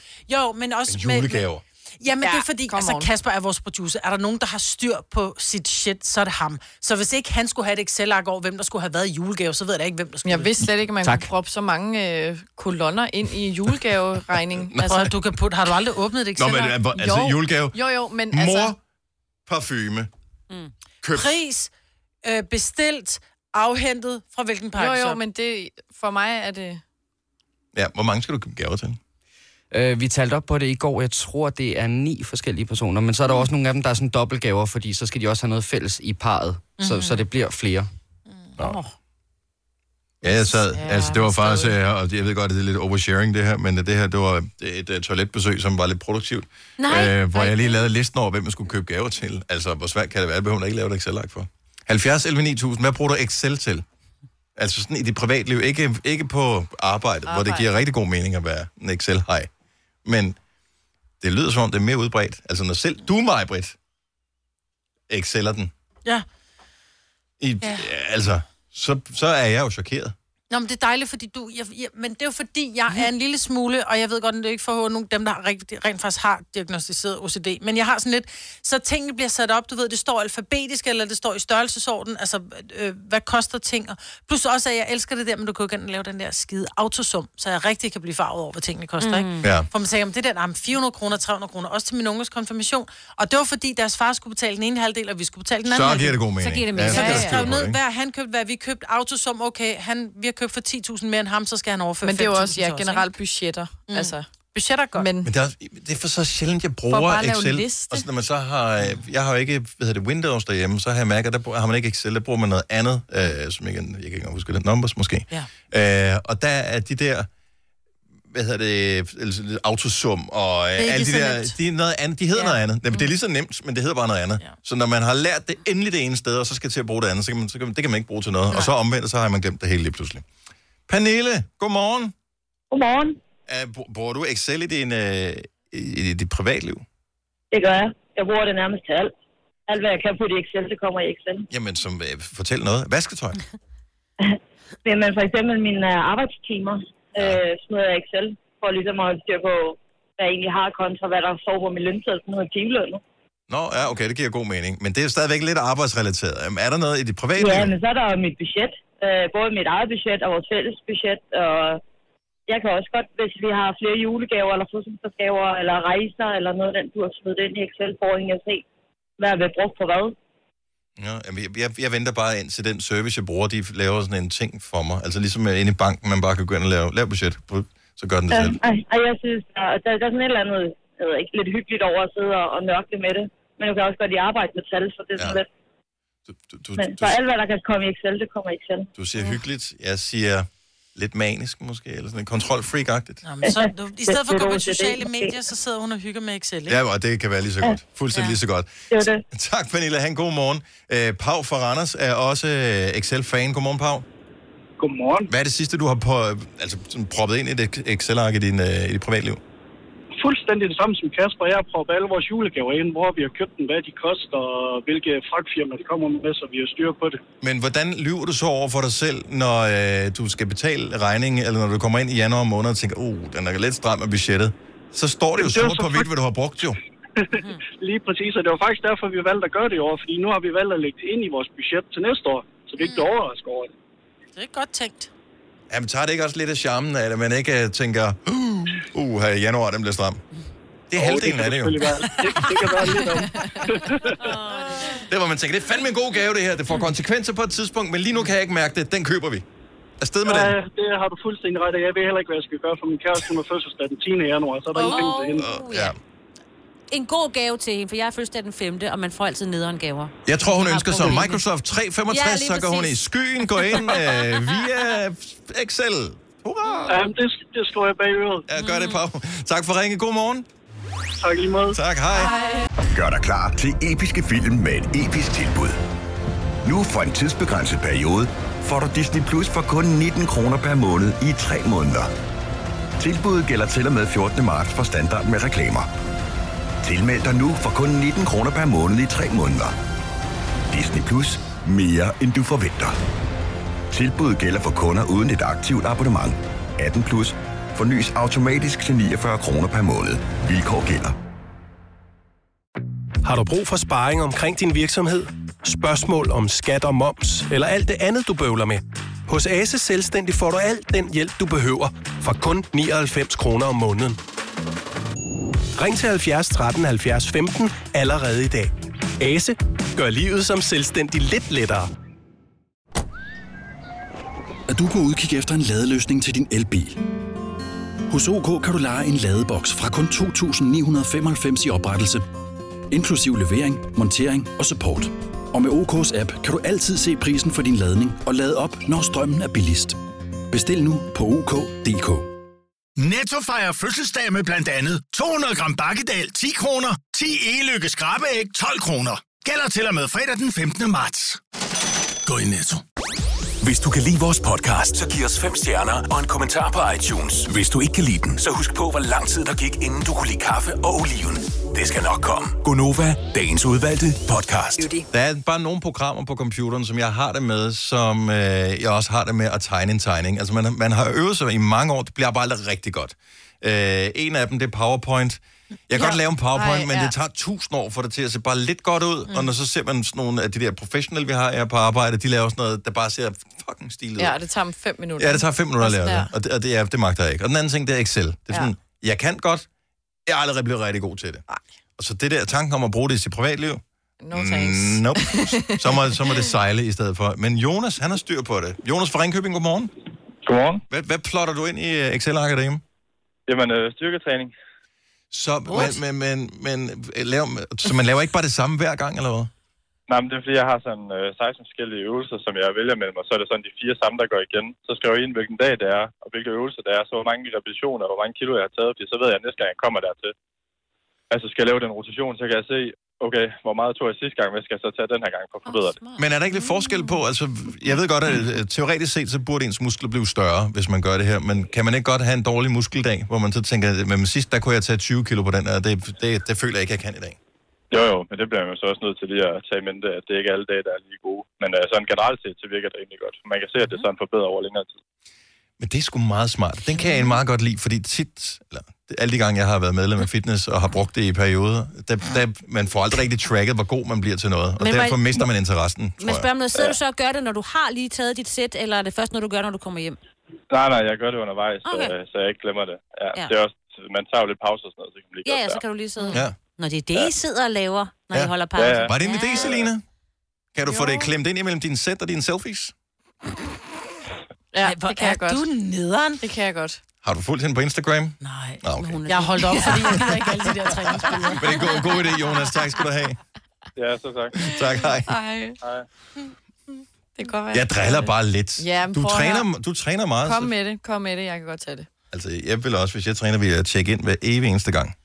Jo, men også... Men julegaver. Ja, men ja, det er Ja, fordi, come altså on. Kasper er vores producer. Er der nogen, der har styr på sit shit, så er det ham. Så hvis ikke han skulle have et Excel-ark over, hvem der skulle have været i julegave, så ved jeg da ikke, hvem der skulle Jeg vidste slet ikke, at man Tak. tak. kunne proppe så mange øh, kolonner ind i (laughs) julegaveregningen. Altså, du kan putte, har du aldrig åbnet et Nå, Excel? ark men altså, altså Jo. julegave, Jo, jo, men Mor. altså... mor, parfume, Mm. købt. Pris, øh, bestilt, afhentet fra hvilken Jo, pakke jo, men det, for mig er det... Ja, hvor mange skal du købe gaver til? Øh, vi talte op på det i går, jeg tror, det er ni forskellige personer, men så Mm. er der også nogle af dem, der er sådan dobbeltgaver, fordi så skal de også have noget fælles i parret, mm-hmm. Mm. så, så det bliver flere. Ja, jeg sad. Ja, Ja, altså, det var men faktisk, stadig. øh, og jeg ved godt, at det er lidt oversharing det her, men det her, det var et øh, toiletbesøg, som var lidt produktivt. Nej. øh, hvor Nej. jeg lige lavede listen over, hvem man skulle købe gaver til. Altså, hvor svært kan det være? Det behøver man ikke lave et Excel-ark for. 70 11 9000, hvad bruger du Excel til? Altså sådan i dit privatliv, ikke, ikke på arbejdet, Arbejde. hvor det giver rigtig god mening at være en Excel-hej. Men det lyder som om, det er mere udbredt. Altså når selv du, mig, Britt, Exceler den. Ja. I, ja. Altså, så, så er jeg jo chokeret. Nå, men det er dejligt, fordi du... Jeg, jeg, men det er jo fordi, jeg er en lille smule, og jeg ved godt, at det er ikke for at håne nogen dem, der har rigtig, rent faktisk har diagnostiseret OCD. Men jeg har sådan lidt... Så tingene bliver sat op, du ved, det står alfabetisk, eller det står i størrelsesorden, altså, øh, hvad koster ting? Og, plus også, at jeg elsker det der, men du kan jo ikke engang lave den der skide autosum, så jeg rigtig kan blive farvet over, hvad tingene koster, mm. ikke? Ja. For man sagde, om det der, nah, 400 kroner, 300 kroner, også til min unges konfirmation. Og det var fordi, deres far skulle betale den ene halvdel, og vi skulle betale den anden Så halvdel. giver det god mening. giver det mening. Så Ja, vi ja, det ja. skriver skrev på, ned, ikke? hvad han købte, hvad vi købte. Autosum, okay, han, vi har købt for 10.000 mere end ham, så skal han overføre Men det er jo 5.000 også, til ja, os, ikke? generelt budgetter. Mm. Altså, Budget er godt. Men, men Men det er, også- det er for så sjældent, jeg bruger bare at lave en Excel. liste. Og så, når man så har, øh, jeg har jo ikke, hvad hedder det, Windows derhjemme, så har jeg mærket, at der bruger- har man ikke Excel, der bruger man noget andet, øh, som jeg, kan- jeg kan ikke engang huske, det Numbers måske. Ja. Øh, og der er de der, hvad hedder det, altså, lidt autosum og øh, ikke alle de så der, nemt. de, er noget andet, de hedder Ja. noget andet. Jamen, det er lige så nemt, men det hedder bare noget andet. Ja. Så når man har lært det endelig det ene sted, og så skal til at bruge det andet, så kan man, så kan man, det kan man ikke bruge til noget. Og så omvendt, så har man glemt det hele lige pludselig. Pernille, godmorgen. Godmorgen. Er, br- bruger du Excel i, din, øh, i, i dit privatliv? Det gør jeg. Jeg bruger det nærmest til alt. Alt, hvad jeg kan putte i Excel, det kommer i Excel. Jamen, som, øh, fortæl noget. Vasketøj. Men men for eksempel mine øh, arbejdstimer øh, smider jeg i Excel, for ligesom at holde styr på, hvad jeg egentlig har kontra, hvad der står på min lønseddel, sådan noget timelønnet. (laughs) Nå, ja, okay, det giver god mening. Men det er jo stadigvæk lidt arbejdsrelateret. Jamen, er der noget i dit privatliv? Ja, men så er der jo mit budget. Øh, både mit eget budget og vores fælles budget. Og jeg kan også godt, hvis vi har flere julegaver eller fødselsdagsgaver eller rejser eller noget af den, du har smidt ind i Excel, for at jeg se. hvad er blevet brugt på hvad. Ja, jamen, jeg, jeg, jeg venter bare ind til den service, jeg bruger, de laver sådan en ting for mig. Altså ligesom øh, inde i banken, man bare kan gå ind og lave, lave budget, Brr, så gør den det Ja, selv. ej, Øhm, ej, jeg synes, der, der, der er sådan et eller andet jeg ved ikke, lidt hyggeligt over at sidde og, og nørkle med det. Men jeg kan også godt lide at arbejde med tal, så det er sådan ja. lidt... du- Men så alt, hvad der kan komme i Excel, det kommer i Excel. Du siger hyggeligt, jeg siger lidt manisk måske, eller sådan en kontrolfreak-agtigt. Jamen, så, du, I stedet for at gå på Det er det, sociale måske. medier, så sidder hun og hygger med Excel, ikke? Ja, og det kan være lige så Ja. godt. Fuldstændig Ja. lige så godt. Det var det. (laughs) Tak, Pernille. Han god morgen. Øh, Pau fra Randers er også øh, Excel-fan. Godmorgen, Pau. Godmorgen. Hvad er det sidste, du har på, altså, sådan proppet ind i et Excel-ark i, din, øh, i dit privatliv? Fuldstændig det samme som Kasper. Jeg har proppet alle vores julegaver ind, hvor vi har købt dem, hvad de koster, og hvilke fragtfirma de kommer med, så vi har styr på det. Men hvordan lyver du så over for dig selv, når øh, du skal betale regningen, eller når du kommer ind i januar måned og tænker, oh, den er lidt stram af budgettet? Så står det jo Jamen, det er jo sort så på hvidt, fakt- hvad du har brugt jo. Lige præcis, og det var faktisk derfor, vi valgte at gøre det i år, fordi nu har vi valgt at lægge det ind i vores budget til næste år, så vi ikke bliver overrasket over det. Mm. Det er godt tænkt. Jamen, tager det ikke også lidt af charmen, at man ikke øh, tænker, uh, uh her i januar, den bliver stram? Det er Jo, halvdelen det kan af det jo. selvfølgelig være. Det, det kan være lidt om. Det var man tænker, det er fandme en god gave, det her. Det får konsekvenser på et tidspunkt, men lige nu kan jeg ikke mærke det. Den køber vi. Afsted med Ja, den. det har du fuldstændig ret i. Jeg ved heller ikke, hvad jeg skal gøre, for min kæreste hun har fødselsdag den 10. januar, så er der oh. ingenting til hende. Ja. En god gave til hende, for jeg er fødselsdag den 5., og man får altid nederen gaver. Jeg tror, hun Jeg har ønsker sig problemer. Microsoft 365, Ja, ja, lige så kan hun i præcis. skyen gå ind øh, via Excel. Hurra! Jamen, det, det slår jeg bag øret. Ja, gør det, Pau. Tak for ringe. God morgen. Tak lige måde. Tak, hej. Gør dig klar til episke film med et episk tilbud. Nu for en tidsbegrænset periode får du Disney Plus for kun 19 kroner per måned i 3 måneder. Tilbuddet gælder til og med 14. marts for standard med reklamer. Tilmeld dig nu for kun 19 kroner per måned i 3 måneder. Disney Plus. Mere end du forventer. Tilbuddet gælder for kunder uden et aktivt abonnement. 18 plus. Fornyes automatisk til 49 kroner per måned. Vilkår gælder. Har du brug for sparring omkring din virksomhed? Spørgsmål om skat og moms, eller alt det andet, du bøvler med? Hos Ase Selvstændig får du alt den hjælp, du behøver, for kun 99 kroner om måneden. Ring til 70 13 70 15 allerede i dag. Ase gør livet som selvstændig lidt lettere. Er du på udkig efter en ladeløsning til din elbil? Hos OK kan du lege en ladeboks fra kun 2.995 i oprettelse, inklusiv levering, montering og support. Og med OK's app kan du altid se prisen for din ladning og lade op, når strømmen er billigst. Bestil nu på OK.dk. Netto fejrer fødselsdag med blandt andet 200 gram bakkedal 10 kroner, 10 e-lykke skrabeæg 12 kroner. Gælder til og med fredag den 15. marts. Gå i Netto. Hvis du kan lide vores podcast, så giv os fem stjerner og en kommentar på iTunes. Hvis du ikke kan lide den, så husk på, hvor lang tid der gik, inden du kunne lide kaffe og oliven. Det skal nok komme. Gonova, dagens udvalgte podcast. Der er bare nogle programmer på computeren, som jeg har det med, som øh, jeg også har det med at tegne en tegning. Altså, man, man har øvet sig i mange år, det bliver bare aldrig rigtig godt. Øh, en af dem, det er PowerPoint. Jeg kan ja. godt lave en PowerPoint, Ej, Ej, men ja. ja. det tager tusind år for det til at se bare lidt godt ud, mm. og når så ser man sådan nogle af de der professionelle, vi har her på arbejde, de laver sådan noget, der bare ser fucking stilet ud. Ja, det tager dem fem minutter. Ja, det tager fem minutter at Også lave der. det, og det, og det, er, det magter jeg ikke. Og den anden ting, det er Excel. Det er sådan, ja. jeg kan godt, jeg er aldrig blevet rigtig god til det. Og så det der tanken om at bruge det i sit privatliv, No thanks. Mm, (laughs) nope. Så må, så må det sejle i stedet for. Men Jonas, han har styr på det. Jonas fra Ringkøbing, godmorgen. Godmorgen. Hvad, hvad plotter du ind i øh, Excel-arket derhjemme? Jamen, øh, styrketræning. Så, men, men, men, men, øh, laver, så man laver ikke bare det samme hver gang, eller hvad? Nej, men det er fordi, jeg har sådan øh, 16 forskellige øvelser, som jeg vælger mellem, og så er det sådan de fire samme, der går igen. Så skriver jeg ind, hvilken dag det er, og hvilke øvelser det er, så hvor mange repetitioner, og hvor mange kilo jeg har taget, fordi så ved jeg, at næste gang jeg kommer dertil. Altså, skal jeg lave den rotation, så kan jeg se, okay, hvor meget tog jeg sidste gang, hvad skal jeg så tage den her gang for at forbedre det? Men er der ikke lidt forskel på, altså, jeg ved godt, at øh, teoretisk set, så burde ens muskler blive større, hvis man gør det her, men kan man ikke godt have en dårlig muskeldag, hvor man så tænker, men sidst, der kunne jeg tage 20 kilo på den, og det, det, det føler jeg ikke, jeg kan i dag. Jo, jo, men det bliver man jo så også nødt til lige at tage i mente, at det ikke er alle dage, der er lige gode. Men øh, sådan generelt set, så virker det egentlig godt. Man kan se, at det sådan forbedrer over længere tid. Men det er sgu meget smart. Den kan jeg egentlig meget godt lide, fordi tit, eller alle de gange, jeg har været medlem af fitness og har brugt det i perioder, der, der, man får aldrig rigtig tracket, hvor god man bliver til noget, og Men Men var- derfor mister man interessen, tror Men jeg. spørg mig noget, sidder du så og gør det, når du har lige taget dit sæt, eller er det først, når du gør, når du kommer hjem? Nej, nej, jeg gør det undervejs, Okay. okay. så, så jeg ikke glemmer det. Ja, Ja. ja. Det er også, man tager jo lidt pause og sådan noget, så det kan blive Ja, godt ja, så der. kan du lige sidde. Ja. Når det er det, ja. I sidder og laver, når ja. I holder pause. Ja, ja. Var det en idé, Selina? Kan du jo. få det klemt ind imellem din set og dine selfies? Ja, Ej, det kan jeg godt. Du nederen. Det kan jeg godt. Har du fulgt hende på Instagram? Nej. Nå, okay. Jeg har (laughs) holdt op, fordi jeg gider ikke alle de der træningsbilleder. Men det er en god, god idé, Jonas. Tak skal du have. Ja, så tak. Tak, hej. Ej. Hej. Det kan godt være. Jeg driller bare altså. lidt. Ja, men du, prøv at træner, høre. du træner meget. Kom Så, med det, kom med det, jeg kan godt tage det. altså, jeg vil også, hvis jeg træner, vil jeg tjekke ind hver evig eneste (laughs) gang.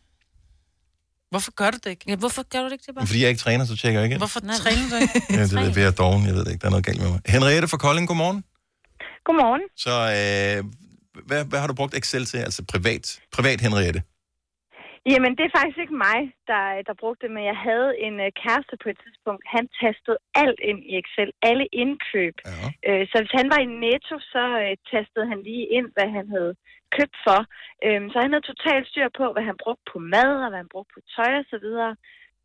Hvorfor gør du det ikke? Ja, hvorfor gør du det ikke det Men fordi jeg ikke træner, så tjekker jeg ikke ind. Hvorfor træner du ikke? Ja, det ved jeg, jeg er doven, jeg ved det ikke. Der er noget galt med mig. Henriette fra Kolding, godmorgen. Godmorgen. Så øh, hvad, hvad har du brugt Excel til? Altså privat, privat Henriette. Jamen, det er faktisk ikke mig, der, der brugte det, men jeg havde en øh, kæreste på et tidspunkt. Han tastede alt ind i Excel, alle indkøb. Ja. Øh, så hvis han var i Netto, så øh, tastede han lige ind, hvad han havde købt for. Øhm, så han havde totalt styr på, hvad han brugte på mad, og hvad han brugte på tøj og så videre.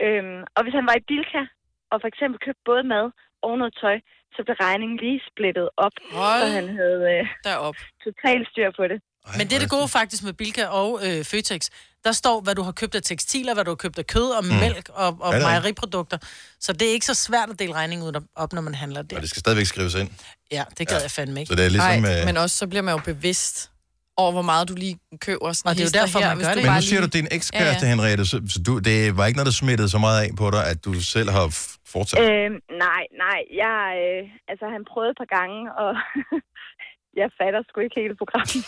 Øhm, og hvis han var i Bilka, og for eksempel købte både mad og noget tøj, så blev regningen lige splittet op, Hold så han havde øh, derop. totalt styr på det. Men det er det gode faktisk med Bilka og øh, Føtex. Der står, hvad du har købt af tekstiler, hvad du har købt af kød og mm. mælk og, og Ja, det er. mejeriprodukter. Så det er ikke så svært at dele regningen ud op- op, når man handler det. Og det skal stadigvæk skrives ind. Ja, det gad Ja. ja. jeg fandme ikke. Så det er ligesom, øh, Men også, så bliver man jo bevidst over, hvor meget du lige køber. Sådan Og det er jo hister derfor, her, man hvis gør du Men bare nu siger du, lige- det er en ekskæreste, ja, ja. Henriette, så, så du, det var ikke noget, der smittede så meget af på dig, at du selv har f- fortsat. Øhm, nej, nej. Jeg, øh, altså, han prøvede et par gange, og (laughs) jeg fatter sgu ikke hele programmet.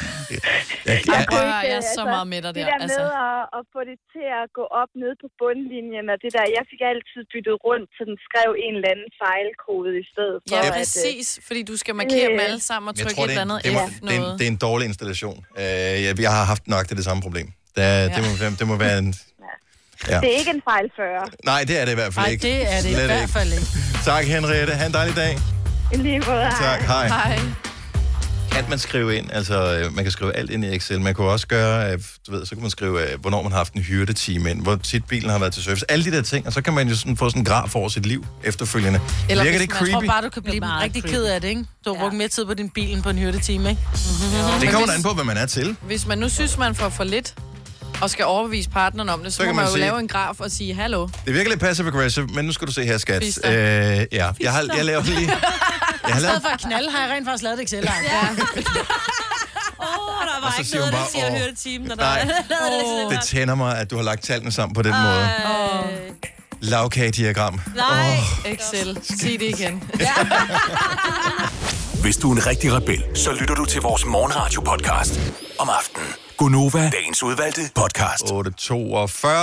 Ej, prøv at kunne høre, ikke, jeg er øh, så meget med dig Det der, der altså. med at, at, få det til at gå op nede på bundlinjen, og det der, jeg fik altid byttet rundt, så den skrev en eller anden fejlkode i stedet for. Ja, at, øh, præcis, fordi du skal markere dem alle sammen og Men jeg trykke tror, et eller andet det, er, F det, er en, noget. det er en dårlig installation. Øh, jeg, jeg har haft nok det, det samme problem. Der, ja. det, må, være- det må være en... Ja. Det er ikke en fejl 40. Nej, det er det i hvert fald Nej, ikke. det er det i Slet hvert ikke. fald ikke. Tak, Henriette. Ha' en dejlig dag. I lige måde. Tak, hej. Hej. Kan man skrive ind? Altså, øh, man kan skrive alt ind i Excel. Man kunne også gøre, øh, du ved, så kan man skrive, øh, hvornår man har haft en hyrdetime ind, hvor tit bilen har været til service. Alle de der ting, og så kan man jo sådan få sådan en graf over sit liv efterfølgende. Eller Virker hvis det man- creepy? Jeg tror bare, du kan blive rigtig ked af det, ikke? Du har brugt mere tid på din bil end på en hyrtetime, ikke? Mm-hmm. Det kommer da an på, hvad man er til. Hvis man nu synes, man får for lidt, og skal overbevise partneren om det, så, så Så må kan man man jo sige- lave en graf og sige, hallo. Det virker lidt passive-aggressive, men nu skal du se her, skat. Fister. Øh, ja, jeg, har, jeg laver lige... Jeg I har stedet lavet, for at knalde, har jeg rent faktisk lavet et excel -ark. Ja. (laughs) Åh, der Og var så ikke siger noget, der hun bare, siger åh, høretimen, når der (laughs) nej. er (laughs) lavet det tænder mig, at du har lagt tallene sammen på den måde. Åh. Lavkagediagram. Nej, Excel. Sig det igen. Hvis du er en rigtig rebel, så lytter du til vores morgenradio-podcast om aftenen. Gunova, dagens udvalgte podcast. 8.42,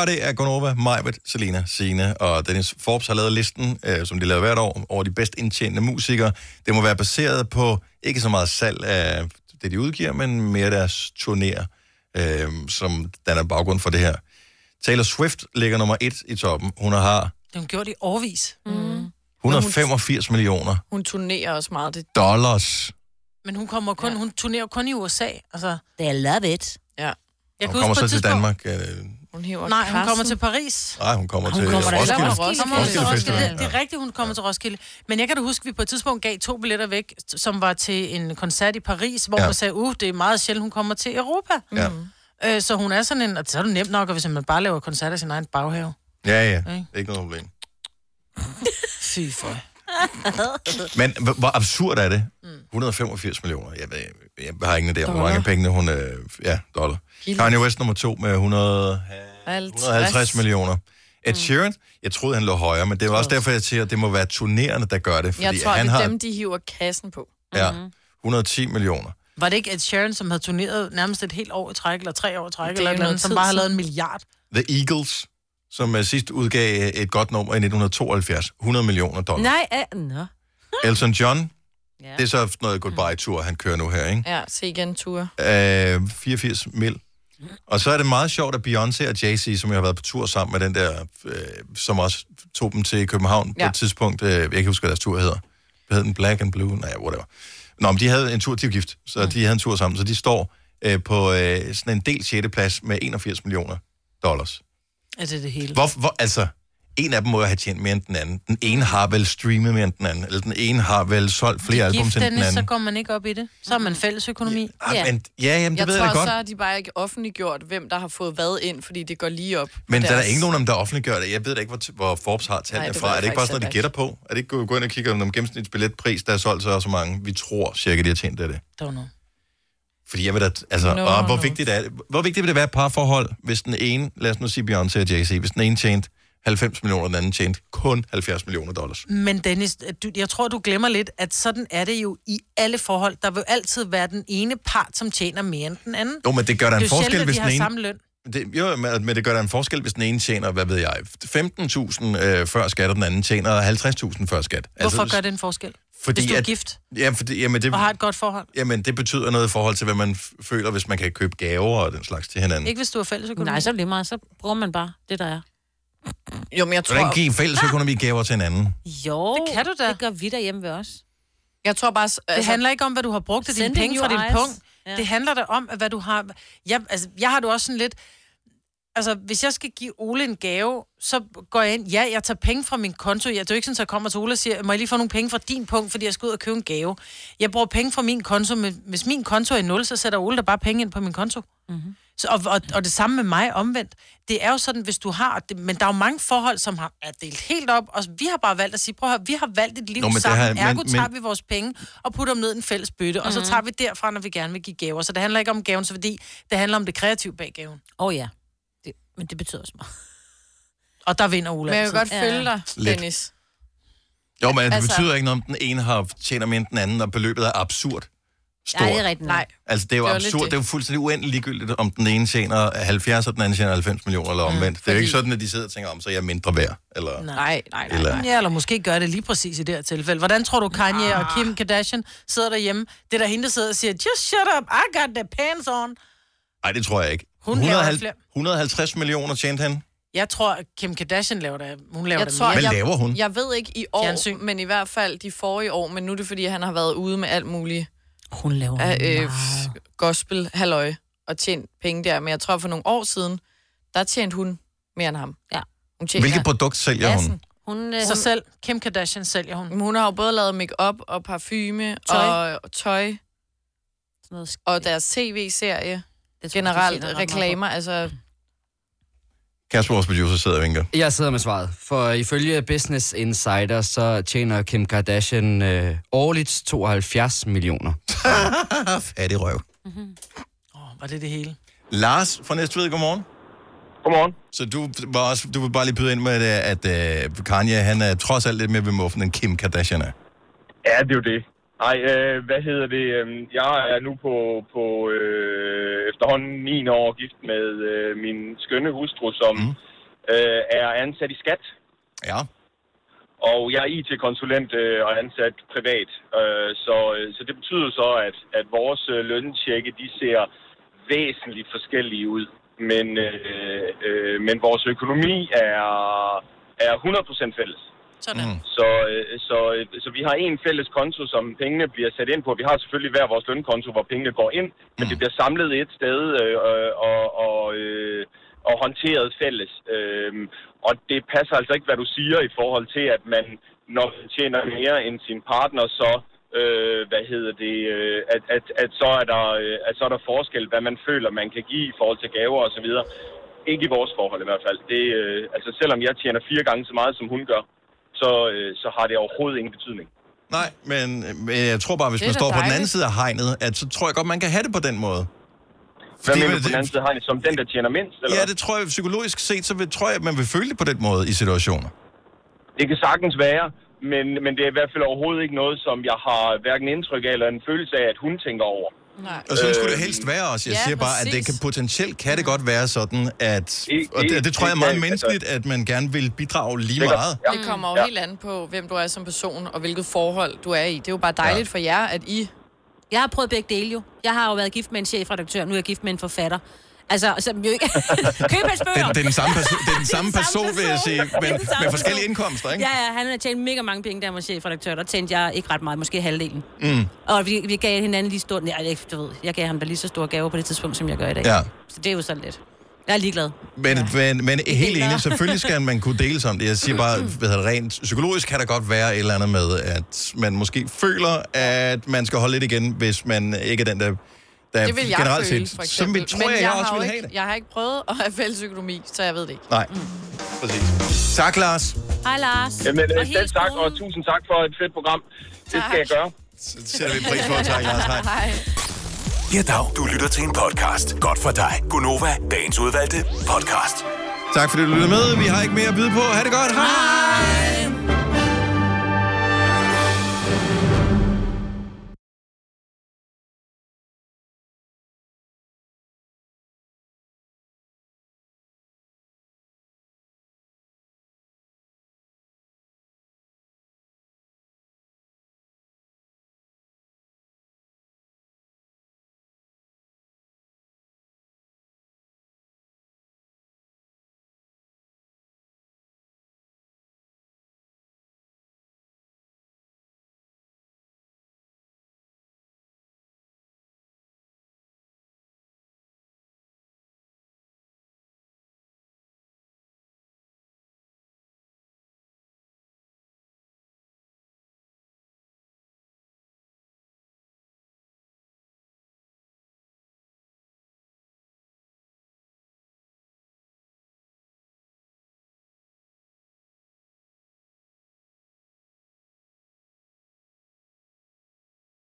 det er Gonova, Majbet, Selina, Sine og Dennis Forbes har lavet listen, øh, som de laver hvert år, over de bedst indtjenende musikere. Det må være baseret på ikke så meget salg af det, de udgiver, men mere deres turnéer, øh, som danner baggrund for det her. Taylor Swift ligger nummer et i toppen. Hun har Det har hun gjort i årvis. Mm. 185 millioner Hun turnerer også meget. Det. dollars. Men hun kommer kun, ja. hun turnerer kun i USA. Altså. Det er love it. Ja. Jeg Hun kan kommer huske på så et til tidspunkt- Danmark. Øh, (laughs) Hun hiver Nej, hun kassen. kommer til Paris. nej, hun kommer til kommer da Roskilde. heller ikke. Roskilde, Roskilde Festival. Det, det er rigtigt, hun kommer ja. til Roskilde. Men jeg kan da huske, at vi på et tidspunkt gav to billetter væk, som var til en koncert i Paris, hvor Ja. ja. man sagde, uh, det er meget sjældent, hun kommer til Europa. Ja. Øh, så hun er sådan en, og så er det nemt nok, hvis man bare laver koncerter i sin egen baghave. Ja, ja. Ikke? Ikke noget problem. Fy for. Men h- hvor absurd er det? 185 millioner. Jeg, ved, jeg har ingen idé om, hvor mange penge hun... Øh, ja, dollar. Kilo. Kanye West nummer to med 100, 150 millioner. Ed Sheeran, jeg troede, han lå højere, men det var også derfor, jeg siger, at det må være turnerende, der gør det. Fordi Jeg tror, han det er har dem, Mhm. de hiver kassen på. Mhm. ja, 110 millioner. Var det ikke Ed Sheeran, som havde turneret nærmest et helt år i træk, eller tre år i Det træk, er eller et jo eller andet, noget som tid bare har lavet en siden. milliard? The Eagles, som øh, sidst udgav øh, et godt nummer i 1972. 100 millioner dollar. Nej, uh, øh, nå. Elton John, ja. det er så noget goodbye-tour, han kører nu her, ikke? Ja, se igen, Ture. øh, 84 mil. Og så er det meget sjovt, at Beyoncé og Jay-Z, som jeg har været på tur sammen med den der, øh, som også tog dem til København ja. Ja. på et tidspunkt, øh, jeg kan ikke huske, hvad deres tur hedder. Hvad hed den? Black and Blue? Nej, whatever. Nå, men de havde en tur, de var gift, så de havde en tur sammen, så de står øh, på øh, sådan en del 6. plads med 81 millioner dollars. Er det det hele? Hvor, hvor, altså, en af dem må jo have tjent mere end den anden. Den ene har vel streamet mere end den anden, eller den ene har vel solgt flere album end Gift, den anden. Dennis, så går man ikke op i det. Så er man fælles økonomi. Ja, ja. men- ja, jamen, det jeg ved tror, jeg da godt. så er de bare ikke offentliggjort, hvem der har fået hvad ind, fordi det går lige op. Men der er der Deres- ikke nogen, af dem, der offentliggør det. Jeg ved da ikke, hvor, t- hvor Forbes har tallene Nej, det ved fra. jeg Er det ikke bare faktisk sådan noget, de heller gætter på? Er det ikke gå gå ind og kigge om gennemsnitsbilletpris, der er solgt så og så mange? Vi tror cirka, de har tjent af det. Don't know. Fordi jeg ved da, altså, Nå, no, og hvor, nå. vigtigt er det, hvor vigtigt vil det være et parforhold, hvis den ene, lad os nu sige Beyoncé og Jay-Z, hvis den ene tjente 90 millioner, og den anden tjente kun 70 millioner dollars. Men Dennis, du, jeg tror, du glemmer lidt, at sådan er det jo i alle forhold. Der vil altid være den ene part, som tjener mere end den anden. Jo, men det gør da en det er jo forskel, sjældent, at hvis de den har ene- Altså, samme løn. Det, jo, men men det gør da en forskel, hvis den ene tjener, hvad ved jeg, 15.000 øh, før skat, og den anden tjener 50.000 før skat. Altså, Hvorfor gør det en forskel? Fordi hvis du er at- gift Ja, fordi, jamen, det, og har et godt forhold. Jamen, det betyder noget i forhold til, hvad man f- føler, hvis man kan købe gaver og den slags til hinanden. Ikke hvis du er fælles økonomi. Nej, så er det lige meget. Så bruger man bare det, der er. Ah, Jo, men jeg Hvordan give I fælles økonomi gaver til hinanden? Jo, det kan du da. Det gør vi derhjemme ved os. Jeg tror bare... Altså, det handler ikke om, hvad du har brugt af dine Sending penge you fra din eyes. punkt. Ja. Ja. Det handler da om, at hvad du har... Jeg, altså, jeg har det også sådan lidt... Altså, hvis jeg skal give Ole en gave, så går jeg ind... Ja, jeg tager penge fra min konto. Jeg, det er jo ikke sådan, at jeg kommer til Ole og siger, må jeg lige få nogle penge fra din punkt, fordi jeg skal ud og købe en gave. Jeg bruger penge fra min konto, men hvis min konto er i nul, så sætter Ole da bare penge ind på min konto. Mm-hmm. Så, og, og, og det samme med mig omvendt. Det er jo sådan, hvis du har... Det, men der er jo mange forhold, som har, er delt helt op, og vi har bare valgt at sige, prøv at høre, vi har valgt et liv Nå, men det sammen, har- men- ergo men- tager vi vores penge og putter dem ned i en fælles bøtte, mm. og så Mhm. tager vi derfra, når vi gerne vil give gaver. Så det handler ikke om gaven, så fordi det handler om det kreative bag gaven. Åh oh, ja, det, men det betyder også meget. Og der vinder Ola. Men jeg kan godt altid. følge dig, Lidt. Dennis. Jo, men det Altså- betyder ikke noget, om den ene har tjener mere end den anden, og beløbet er absurd. Stort. Nej, det er rigtigt. Nej. Altså, det er jo Det det var lidt absurd. det. Det. det er jo fuldstændig uendelig ligegyldigt, om den ene tjener 70, og den anden tjener 90 millioner, eller omvendt. Mm, Det er jo ikke sådan, at de sidder og tænker om, så er jeg mindre værd. Eller... Nej, nej, nej. Eller- Eller... Ja, eller måske gør det lige præcis i det her tilfælde. Hvordan tror du, Kanye Ah. og Kim Kardashian sidder derhjemme? Det er der hende, der sidder og siger, just shut up, I got the pants on. Nej, det tror jeg ikke. Hun laver 150 flere. 150 millioner tjente han. Jeg tror, at Kim Kardashian laver det. Hun laver Jeg det tror, mere. Hvad laver hun? Jeg ved ikke i år, Fjernsyn. men i hvert fald de forrige år, men nu er det, fordi han har været ude med alt muligt Hun laver af, øh, gospel, halløj, og tjent penge der. Men jeg tror, for nogle år siden, der tjente hun mere end ham. Ja. Hun tjener Hvilket produkt sælger hun? Hun, øh, Sig selv. Kim Kardashian sælger hun. Hun har jo både lavet makeup og parfume Tøj. og, og tøj. Noget og deres tv-serie. Det generelt tjener ret meget på. reklamer, altså... Kasper, vores producer, sidder og vinker. Jeg sidder med svaret, for ifølge Business Insider, så tjener Kim Kardashian øh, årligt 72 millioner. Fattig røv. Var det det hele? Lars fra Næstved, godmorgen. Godmorgen. Så du, var også, du vil bare lige byde ind med, at, at uh, Kanye, han er trods alt lidt mere ved muffen, end Kim Kardashian er. Ja, det er jo det. Nej, øh, hvad hedder det? Øhm, Jeg er nu på, på øh, efterhånden 9 år gift med øh, min skønne hustru, som mm. øh, er ansat i skat. Ja. Og jeg er IT-konsulent øh, og ansat privat. Øh, så, øh, så det betyder så, at, at vores øh, løntjekke, de ser væsentligt forskellige ud. Men, øh, øh, men vores økonomi er, er 100% fælles. Sådan. Mm. Så, øh, så, øh, så vi har en fælles konto, som pengene bliver sat ind på. Vi har selvfølgelig hver vores lønkonto, hvor pengene går ind, men det bliver samlet et sted øh, øh, og, og, øh, og håndteret fælles. Øh, og det passer altså ikke, hvad du siger i forhold til, at man, når man tjener mere end sin partner, så øh, hvad hedder det, øh, at, at, at, så er der, øh, at så er der forskel, hvad man føler, man kan give i forhold til gaver osv. Ikke i vores forhold i hvert fald. Det, øh, altså selvom jeg tjener fire gange så meget, som hun gør, så, øh, så har det overhovedet ingen betydning. Nej, men, men jeg tror bare, hvis Det er man da står på den dejligt. anden side af hegnet, at så tror jeg godt, man kan have det på den måde. Hvad Fordi mener du det- på den anden side, Heine, som den, der tjener mindst? Eller? Ja, det tror jeg psykologisk set, så vil, tror jeg, at man vil føle det på den måde i situationer. Det kan sagtens være, men, men det er i hvert fald overhovedet ikke noget, som jeg har hverken indtryk af eller en følelse af, at hun tænker over. Øh, Nej. Og sådan skulle det helst være også. Jeg ja, siger bare, at det kan, potentielt kan det godt være sådan, at... Og det, det tror jeg er meget det- menneskeligt, at man gerne vil bidrage lige Sikkert. meget. Det kommer jo helt an på, hvem du er som person, og hvilket forhold du er i. Det er jo bare dejligt Ja. for jer, at I... Jeg har prøvet begge dele jo. Jeg har jo været gift med en chefredaktør, nu er jeg gift med en forfatter. Altså, (laughs) som jo ikke... Køb hans bøger! Det, det, er den samme perso- det er den samme person, vil jeg sige, Det men er den samme med forskellige person. indkomster, ikke? Ja, ja, han har tjent mega mange penge, da han var chefredaktør. Der tjente jeg ikke ret meget, måske halvdelen. Mm. Og vi, vi gav hinanden lige stor... Nej, det er ikke- du ved, jeg gav ham da lige så store gaver på det tidspunkt, som jeg gør i dag. Ja. Så det er jo så lidt. Jeg er ligeglad. Men, ja. men, men helt enig, selvfølgelig skal man kunne dele om det. Jeg siger bare, hvad hedder det, rent psykologisk kan der godt være et eller andet med, at man måske føler, at man skal holde lidt igen, hvis man ikke er den, der, der det vil jeg generelt føle, set. for som eksempel. vi tror, jeg, jeg, jeg, også har jo vil have ikke, det. jeg har ikke prøvet at have fælles økonomi, så jeg ved det ikke. Nej, præcis. Tak, Lars. Hej, Lars. Jamen, øh, selv tak, og tusind tak for et fedt program. Det skal jeg gøre. Det sætter vi pris på. Tak, Lars. (laughs) Hej. Ja, dag. Du lytter til en podcast. Godt for dig. Gunova, dagens udvalgte podcast. Tak fordi du lyttede med. Vi har ikke mere at byde på. Ha' det godt. Hej.